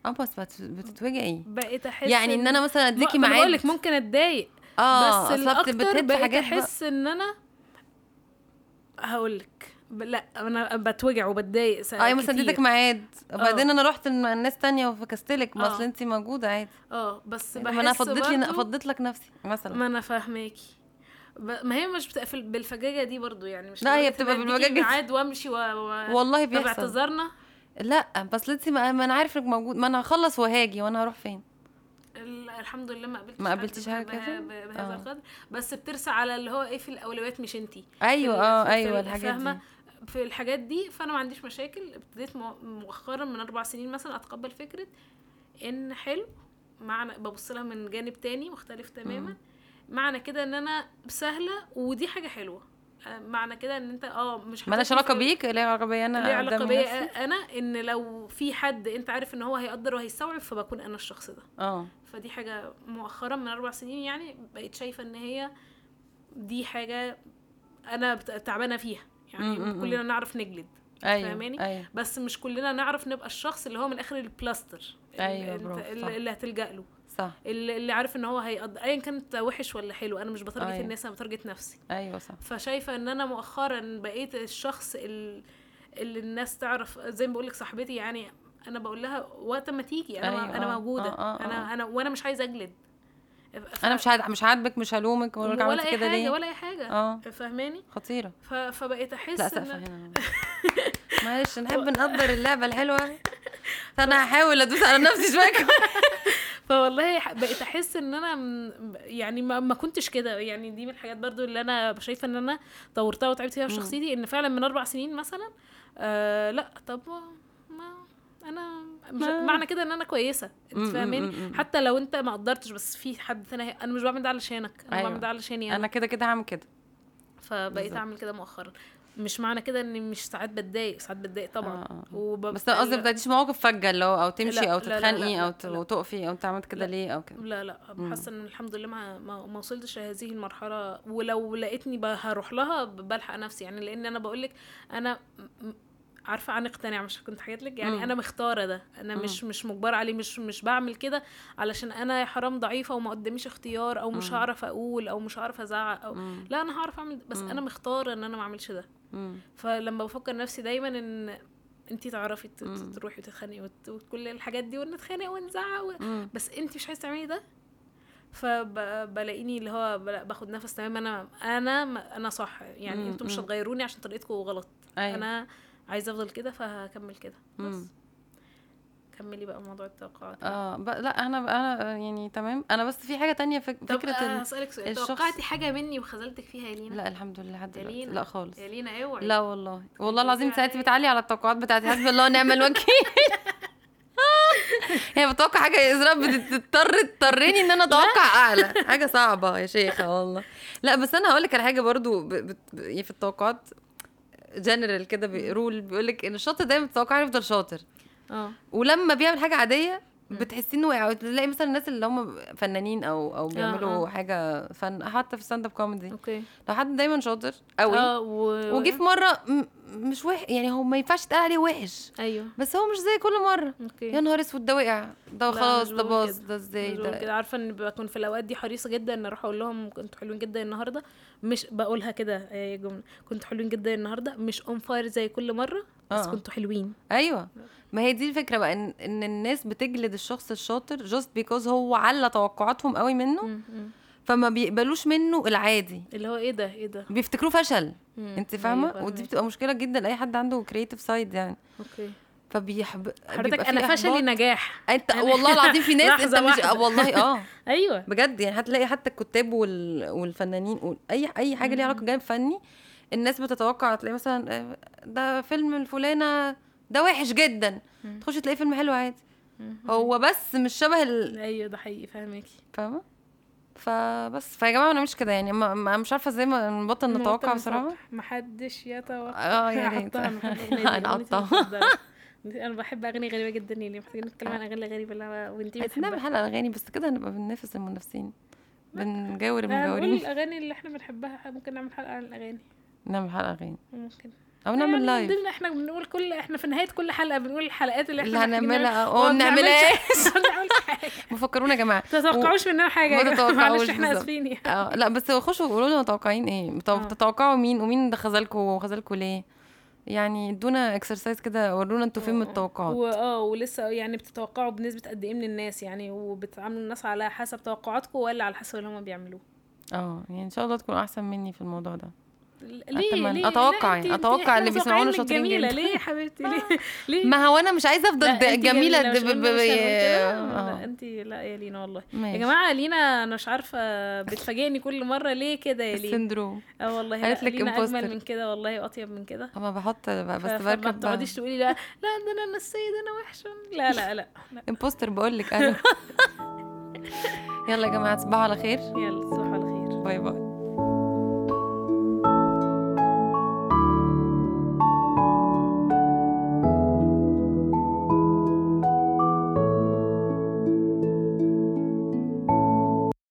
Speaker 2: اه بس بت- بتتوجعي
Speaker 1: بقيت احس
Speaker 2: يعني ان انا مثلا اديكي
Speaker 1: ما- ما أنا
Speaker 2: معاد
Speaker 1: بقولك ممكن اتضايق
Speaker 2: اه
Speaker 1: بس
Speaker 2: أصل بت-
Speaker 1: الاكتر
Speaker 2: بتهد
Speaker 1: بقيت
Speaker 2: حاجات بقى.
Speaker 1: احس ان انا هقولك ب- لا انا بتوجع وبتضايق ساعات
Speaker 2: ايوه مثلا اديتك
Speaker 1: كتير.
Speaker 2: معاد بعدين
Speaker 1: آه.
Speaker 2: انا رحت مع الناس تانية وفكستلك ما
Speaker 1: آه.
Speaker 2: اصل انت موجوده عادي
Speaker 1: اه بس
Speaker 2: يعني ما
Speaker 1: بحس
Speaker 2: انا فضيت لي
Speaker 1: برضو-
Speaker 2: فضيت لك نفسي مثلا
Speaker 1: ما انا فاهماكي ب- ما هي مش بتقفل بالفجاجه دي برضو يعني مش
Speaker 2: لا، هي
Speaker 1: لدرجة
Speaker 2: بتبقى
Speaker 1: إن أديكي
Speaker 2: بالفجاجة دي.
Speaker 1: ميعاد وامشي و... و...
Speaker 2: والله
Speaker 1: طب
Speaker 2: بيحصل
Speaker 1: اعتذرنا
Speaker 2: لا بس انت ما ما انا عارف انك موجود ما انا هخلص وهاجي وانا هروح فين
Speaker 1: ال- الحمد لله ما قابلتش
Speaker 2: ما
Speaker 1: حد
Speaker 2: قابلتيش
Speaker 1: بها-
Speaker 2: حاجة
Speaker 1: بها-
Speaker 2: كده؟
Speaker 1: بها- بهذا
Speaker 2: آه.
Speaker 1: القدر بس بترسى على اللي هو ايه في الاولويات مش انتي
Speaker 2: ايوه
Speaker 1: في- في-
Speaker 2: اه
Speaker 1: في
Speaker 2: ايوه الحاجات دي
Speaker 1: فاهمة؟ في الحاجات دي فانا ما عنديش مشاكل ابتديت مو- مؤخرا من اربع سنين مثلا اتقبل فكره ان حلو معنى ببص لها من جانب تاني مختلف تماما
Speaker 2: مم.
Speaker 1: معنى كده ان انا سهله ودي حاجه حلوه آه، معنى كده ان انت اه مش
Speaker 2: مالهاش
Speaker 1: هتحطني في-
Speaker 2: علاقه بيك ليها علاقه بيا انا
Speaker 1: ليه علاقه
Speaker 2: قدام
Speaker 1: بيا
Speaker 2: نفسي.
Speaker 1: انا ان لو في حد انت عارف ان هو هيقدر وهيستوعب فبكون انا الشخص ده
Speaker 2: اه
Speaker 1: فدي حاجة مؤخرا من أربع سنين يعني بقيت شايفة إن هي دي حاجة أنا بت- تعبانة فيها يعني
Speaker 2: م- م- م.
Speaker 1: كلنا نعرف نجلد
Speaker 2: ايوه
Speaker 1: فاهماني؟
Speaker 2: ايوه
Speaker 1: بس مش كلنا نعرف نبقى الشخص اللي هو من آخر البلاستر ال-
Speaker 2: أيوة،
Speaker 1: ال-
Speaker 2: برافو،
Speaker 1: ال-
Speaker 2: صح.
Speaker 1: اللي هتلجأ له
Speaker 2: صح
Speaker 1: اللي اللي عارف إن هو هيقض أيا كانت وحش ولا حلو أنا مش بتارجت
Speaker 2: أيوة.
Speaker 1: الناس أنا بتارجت نفسي
Speaker 2: ايوه صح
Speaker 1: فشايفه ان انا مؤخرا بقيت الشخص ال- اللي الناس تعرف زي ما بقولك صاحبتي يعني انا بقول لها وقت ما تيجي انا
Speaker 2: أيوة،
Speaker 1: أيوة انا
Speaker 2: آه،
Speaker 1: موجوده
Speaker 2: آه، آه،
Speaker 1: انا انا وانا مش عايزه اجلد ف-
Speaker 2: انا مش هد... مش عاجبك مش هلومك ولا
Speaker 1: ولا
Speaker 2: عملت
Speaker 1: اي
Speaker 2: كده
Speaker 1: حاجه
Speaker 2: ليه
Speaker 1: ولا اي حاجه
Speaker 2: اه
Speaker 1: فاهماني
Speaker 2: خطيره
Speaker 1: ف- فبقيت
Speaker 2: لا
Speaker 1: احس
Speaker 2: سقفه
Speaker 1: ان
Speaker 2: هنا معلش نحب نقدر اللعبه الحلوه فانا هحاول ادوس على نفسي شويه كمان.
Speaker 1: فوالله ح- بقيت احس ان انا م- يعني ما, ما كنتش كده يعني دي من الحاجات برضو اللي انا شايفه ان انا طورتها وتعبت فيها في
Speaker 2: مم.
Speaker 1: شخصيتي ان فعلا من اربع سنين مثلا آه لا طب ما- ما انا مش
Speaker 2: ما-
Speaker 1: معنى كده ان انا كويسه انت
Speaker 2: مم،
Speaker 1: فاهماني
Speaker 2: مم، مم.
Speaker 1: حتى لو انت ما قدرتش بس في حد تاني هي- انا مش بعمل ده علشانك انا
Speaker 2: أيوة.
Speaker 1: بعمل ده علشاني انا
Speaker 2: انا كده كده هعمل كده
Speaker 1: فبقيت
Speaker 2: بالظبط.
Speaker 1: اعمل كده مؤخرا مش معنى كده اني مش ساعات بتضايق ساعات بتضايق طبعا
Speaker 2: آه، آه.
Speaker 1: وببقى-
Speaker 2: بس أنا قصدي ما بتعديش مواقف فجه اللي هو او
Speaker 1: لا،
Speaker 2: تمشي
Speaker 1: لا،
Speaker 2: او
Speaker 1: لا، لا،
Speaker 2: تتخانقي
Speaker 1: لا،
Speaker 2: او
Speaker 1: لا.
Speaker 2: ت- أو تقفي او انت عملت كده
Speaker 1: لا.
Speaker 2: ليه او كده
Speaker 1: لا لا
Speaker 2: مم.
Speaker 1: حاسه ان الحمد لله ما ما, ما وصلتش لهذه المرحله ولو لقيتني ب- هروح لها ب- بلحق نفسي يعني لان انا بقول لك انا م- م- عارفه عن اقتناع مش كنت حكيت لك يعني
Speaker 2: مم.
Speaker 1: انا مختاره ده انا
Speaker 2: مم.
Speaker 1: مش مش مجبره عليه مش مش بعمل كده علشان انا يا حرام ضعيفه وما قداميش اختيار او مش
Speaker 2: مم.
Speaker 1: هعرف اقول او مش هعرف ازعق او
Speaker 2: مم.
Speaker 1: لا انا هعرف اعمل بس
Speaker 2: مم.
Speaker 1: انا مختاره ان انا ما اعملش ده
Speaker 2: مم.
Speaker 1: فلما بفكر نفسي دايما ان انتي تعرفي ت- ت-
Speaker 2: مم.
Speaker 1: تروحي وتتخانقي وت- وكل الحاجات دي ونتخانق ونزعق و...
Speaker 2: مم.
Speaker 1: بس انت مش عايزه تعملي ده فبلاقيني اللي هو بلا- باخد نفس تمام انا انا انا صح يعني
Speaker 2: مم،
Speaker 1: انتوا مش
Speaker 2: مم.
Speaker 1: هتغيروني عشان طريقتكم غلط
Speaker 2: ايوه
Speaker 1: انا عايزه افضل كده فهكمل كده بس
Speaker 2: مم.
Speaker 1: كملي بقى موضوع التوقعات
Speaker 2: اه ب... لا انا انا يعني تمام انا بس في حاجه تانية فك...
Speaker 1: طب
Speaker 2: فكره
Speaker 1: آه،
Speaker 2: ال...
Speaker 1: هسألك سؤال
Speaker 2: الشخص-
Speaker 1: توقعتي حاجة مني وخذلتك فيها يا لينا؟
Speaker 2: لا الحمد لله لحد
Speaker 1: يا
Speaker 2: دلوقتي
Speaker 1: لينا.
Speaker 2: لا خالص
Speaker 1: يا لينا اوعي
Speaker 2: لا والله
Speaker 1: طيب،
Speaker 2: والله العظيم
Speaker 1: بتقولي
Speaker 2: ساعتي
Speaker 1: عليا.
Speaker 2: بتعلي على التوقعات بتاعتي حسبي الله ونعم الوكيل هي بتوقع حاجه يا اسراء بتضطر تضطرني ان انا اتوقع اعلى حاجه صعبه يا شيخه والله لا بس انا هقول لك على حاجه برضو ب... بت... ب- في التوقعات جنرال كده بيقول بيقول لك ان الشاطر دايما متوقع يفضل شاطر
Speaker 1: اه
Speaker 2: ولما بيعمل حاجه عاديه
Speaker 1: مم.
Speaker 2: بتحسي انه وقع تلاقي مثلا الناس اللي هم فنانين او او بيعملوا
Speaker 1: آه.
Speaker 2: حاجه فن حتى في ستاند اب كوميدي
Speaker 1: اوكي
Speaker 2: لو حد دايما شاطر قوي
Speaker 1: اه و...
Speaker 2: وجه في مره م- مش وحش يعني هو ما ينفعش يتقال عليه وحش
Speaker 1: ايوه
Speaker 2: بس هو مش زي كل مره
Speaker 1: اوكي
Speaker 2: يا نهار اسود ده وقع ده
Speaker 1: لا،
Speaker 2: خلاص
Speaker 1: مش
Speaker 2: ده
Speaker 1: بقول
Speaker 2: باظ
Speaker 1: كده.
Speaker 2: ده ازاي
Speaker 1: مش بقول
Speaker 2: ده
Speaker 1: كده عارفه ان بكون في الاوقات دي حريصه جدا ان اروح اقول لهم كنتوا حلوين جدا النهارده مش بقولها كده آه، يا جمله كنتوا حلوين جدا النهارده مش اون فاير زي كل مره بس
Speaker 2: آه.
Speaker 1: كنتوا حلوين
Speaker 2: ايوه ما هي دي الفكره بقى ان ان الناس بتجلد الشخص الشاطر جاست بيكوز هو على توقعاتهم قوي منه
Speaker 1: مم، مم.
Speaker 2: فما بيقبلوش منه العادي
Speaker 1: اللي هو ايه ده ايه ده
Speaker 2: بيفتكروه فشل
Speaker 1: مم.
Speaker 2: انت
Speaker 1: أيوة،
Speaker 2: فاهمه ودي
Speaker 1: فاهمك.
Speaker 2: بتبقى مشكله جدا لاي حد عنده كرييتيف سايد يعني
Speaker 1: اوكي
Speaker 2: فبيحب
Speaker 1: حضرتك
Speaker 2: بيبقى في
Speaker 1: انا فشلي
Speaker 2: إحباط.
Speaker 1: نجاح
Speaker 2: انت والله العظيم في ناس انت
Speaker 1: لحظة
Speaker 2: مش
Speaker 1: واحدة.
Speaker 2: والله اه
Speaker 1: ايوه
Speaker 2: بجد يعني هتلاقي حتى الكتاب وال... والفنانين واي اي حاجه ليها علاقه بجانب فني الناس بتتوقع هتلاقي مثلا آه، ده فيلم الفلانه ده وحش جدا
Speaker 1: مم.
Speaker 2: تخش تلاقي فيلم حلو عادي
Speaker 1: مم.
Speaker 2: هو بس مش شبه ال...
Speaker 1: ايوه ده حقيقي فاهمكي
Speaker 2: فاهمه فبس فيا جماعه انا مش كده يعني ما ما- مش عارفه ازاي ما نبطل نتوقع
Speaker 1: مواطن
Speaker 2: بصراحه
Speaker 1: الفتح، محدش يتوقع
Speaker 2: اه يا ريت
Speaker 1: هحطها، أنا بحب الأغنية دي، أغنيتي
Speaker 2: هنقطعها.
Speaker 1: المفضلة. انا بحب اغاني غريبه جدا يعني محتاجين نتكلم عن اغاني غريبه اللي أنا- وانتي
Speaker 2: عايزين نعمل
Speaker 1: بتحبها
Speaker 2: حلقه اغاني بس كده هنبقى بننافس المنافسين بنجاور
Speaker 1: نقول
Speaker 2: المجاورين
Speaker 1: الاغاني آه، اللي احنا بنحبها ممكن نعمل حلقه عن الاغاني
Speaker 2: نعمل حلقه اغاني
Speaker 1: ممكن
Speaker 2: او
Speaker 1: يعني
Speaker 2: نعمل
Speaker 1: من
Speaker 2: لايف
Speaker 1: ضمن احنا بنقول كل احنا في نهايه كل حلقه بنقول الحلقات اللي
Speaker 2: اللي
Speaker 1: احنا محتاجين
Speaker 2: هنعملها
Speaker 1: نعملها.
Speaker 2: اه
Speaker 1: ما
Speaker 2: بنعملها
Speaker 1: بنعملش- ما بنعملش حاجة.
Speaker 2: مفكرونا يا جماعه
Speaker 1: ما تتوقعوش مننا حاجه يا
Speaker 2: ما
Speaker 1: جماعة. معلش
Speaker 2: تتوقعوش
Speaker 1: احنا
Speaker 2: بالظبط.
Speaker 1: اسفين يعني.
Speaker 2: اه لا بس خشوا قولوا لنا متوقعين ايه متو-
Speaker 1: اه.
Speaker 2: بتتوقعوا مين ومين ده خذلكوا وخذلكوا ليه يعني ادونا اكسرسايز كده ورونا انتوا فين من
Speaker 1: اه.
Speaker 2: التوقعات
Speaker 1: واه ولسه يعني بتتوقعوا بنسبه قد ايه من الناس يعني وبتعاملوا الناس على حسب توقعاتكم ولا على حسب اللي هم بيعملوه
Speaker 2: اه يعني ان شاه الله تكونوا احسن مني في الموضوع ده
Speaker 1: ليه
Speaker 2: أتمنى.
Speaker 1: ليه
Speaker 2: أتوقع
Speaker 1: لا،
Speaker 2: يعني.
Speaker 1: انتي- انتي-
Speaker 2: أتوقع
Speaker 1: احنا
Speaker 2: اللي بيسمعونا
Speaker 1: متوقعين
Speaker 2: شاطرين
Speaker 1: الجميلة.
Speaker 2: جدا.
Speaker 1: ليه يا حبيبتي ليه ليه
Speaker 2: ما هو انا مش عايزه افضل
Speaker 1: إيه. لا،
Speaker 2: د-
Speaker 1: انتي
Speaker 2: جميله
Speaker 1: مش
Speaker 2: د- ب-
Speaker 1: قلنا-
Speaker 2: ب-
Speaker 1: مش قلنا كده؟ لا
Speaker 2: اه
Speaker 1: انت لا يا لينا والله يا
Speaker 2: ماشي.
Speaker 1: جماعه لينا انا مش عارفه بتفاجئني كل مره ليه كده يا لينا
Speaker 2: السندروم
Speaker 1: اه والله لا،
Speaker 2: قالت لك
Speaker 1: لينا اجمل
Speaker 2: imposter.
Speaker 1: من كده والله واطيب من كده
Speaker 2: اما بحط ب-
Speaker 1: ف-
Speaker 2: بس
Speaker 1: فما
Speaker 2: بركب بقى.
Speaker 1: بتقعديش تقولي لا لا ده انا انا السيد انا وحشه لا لا لا, لا.
Speaker 2: امبوستر بقول لك انا يلا يا جماعه تصبحوا على خير
Speaker 1: يلا تصبحوا على خير
Speaker 2: باي باي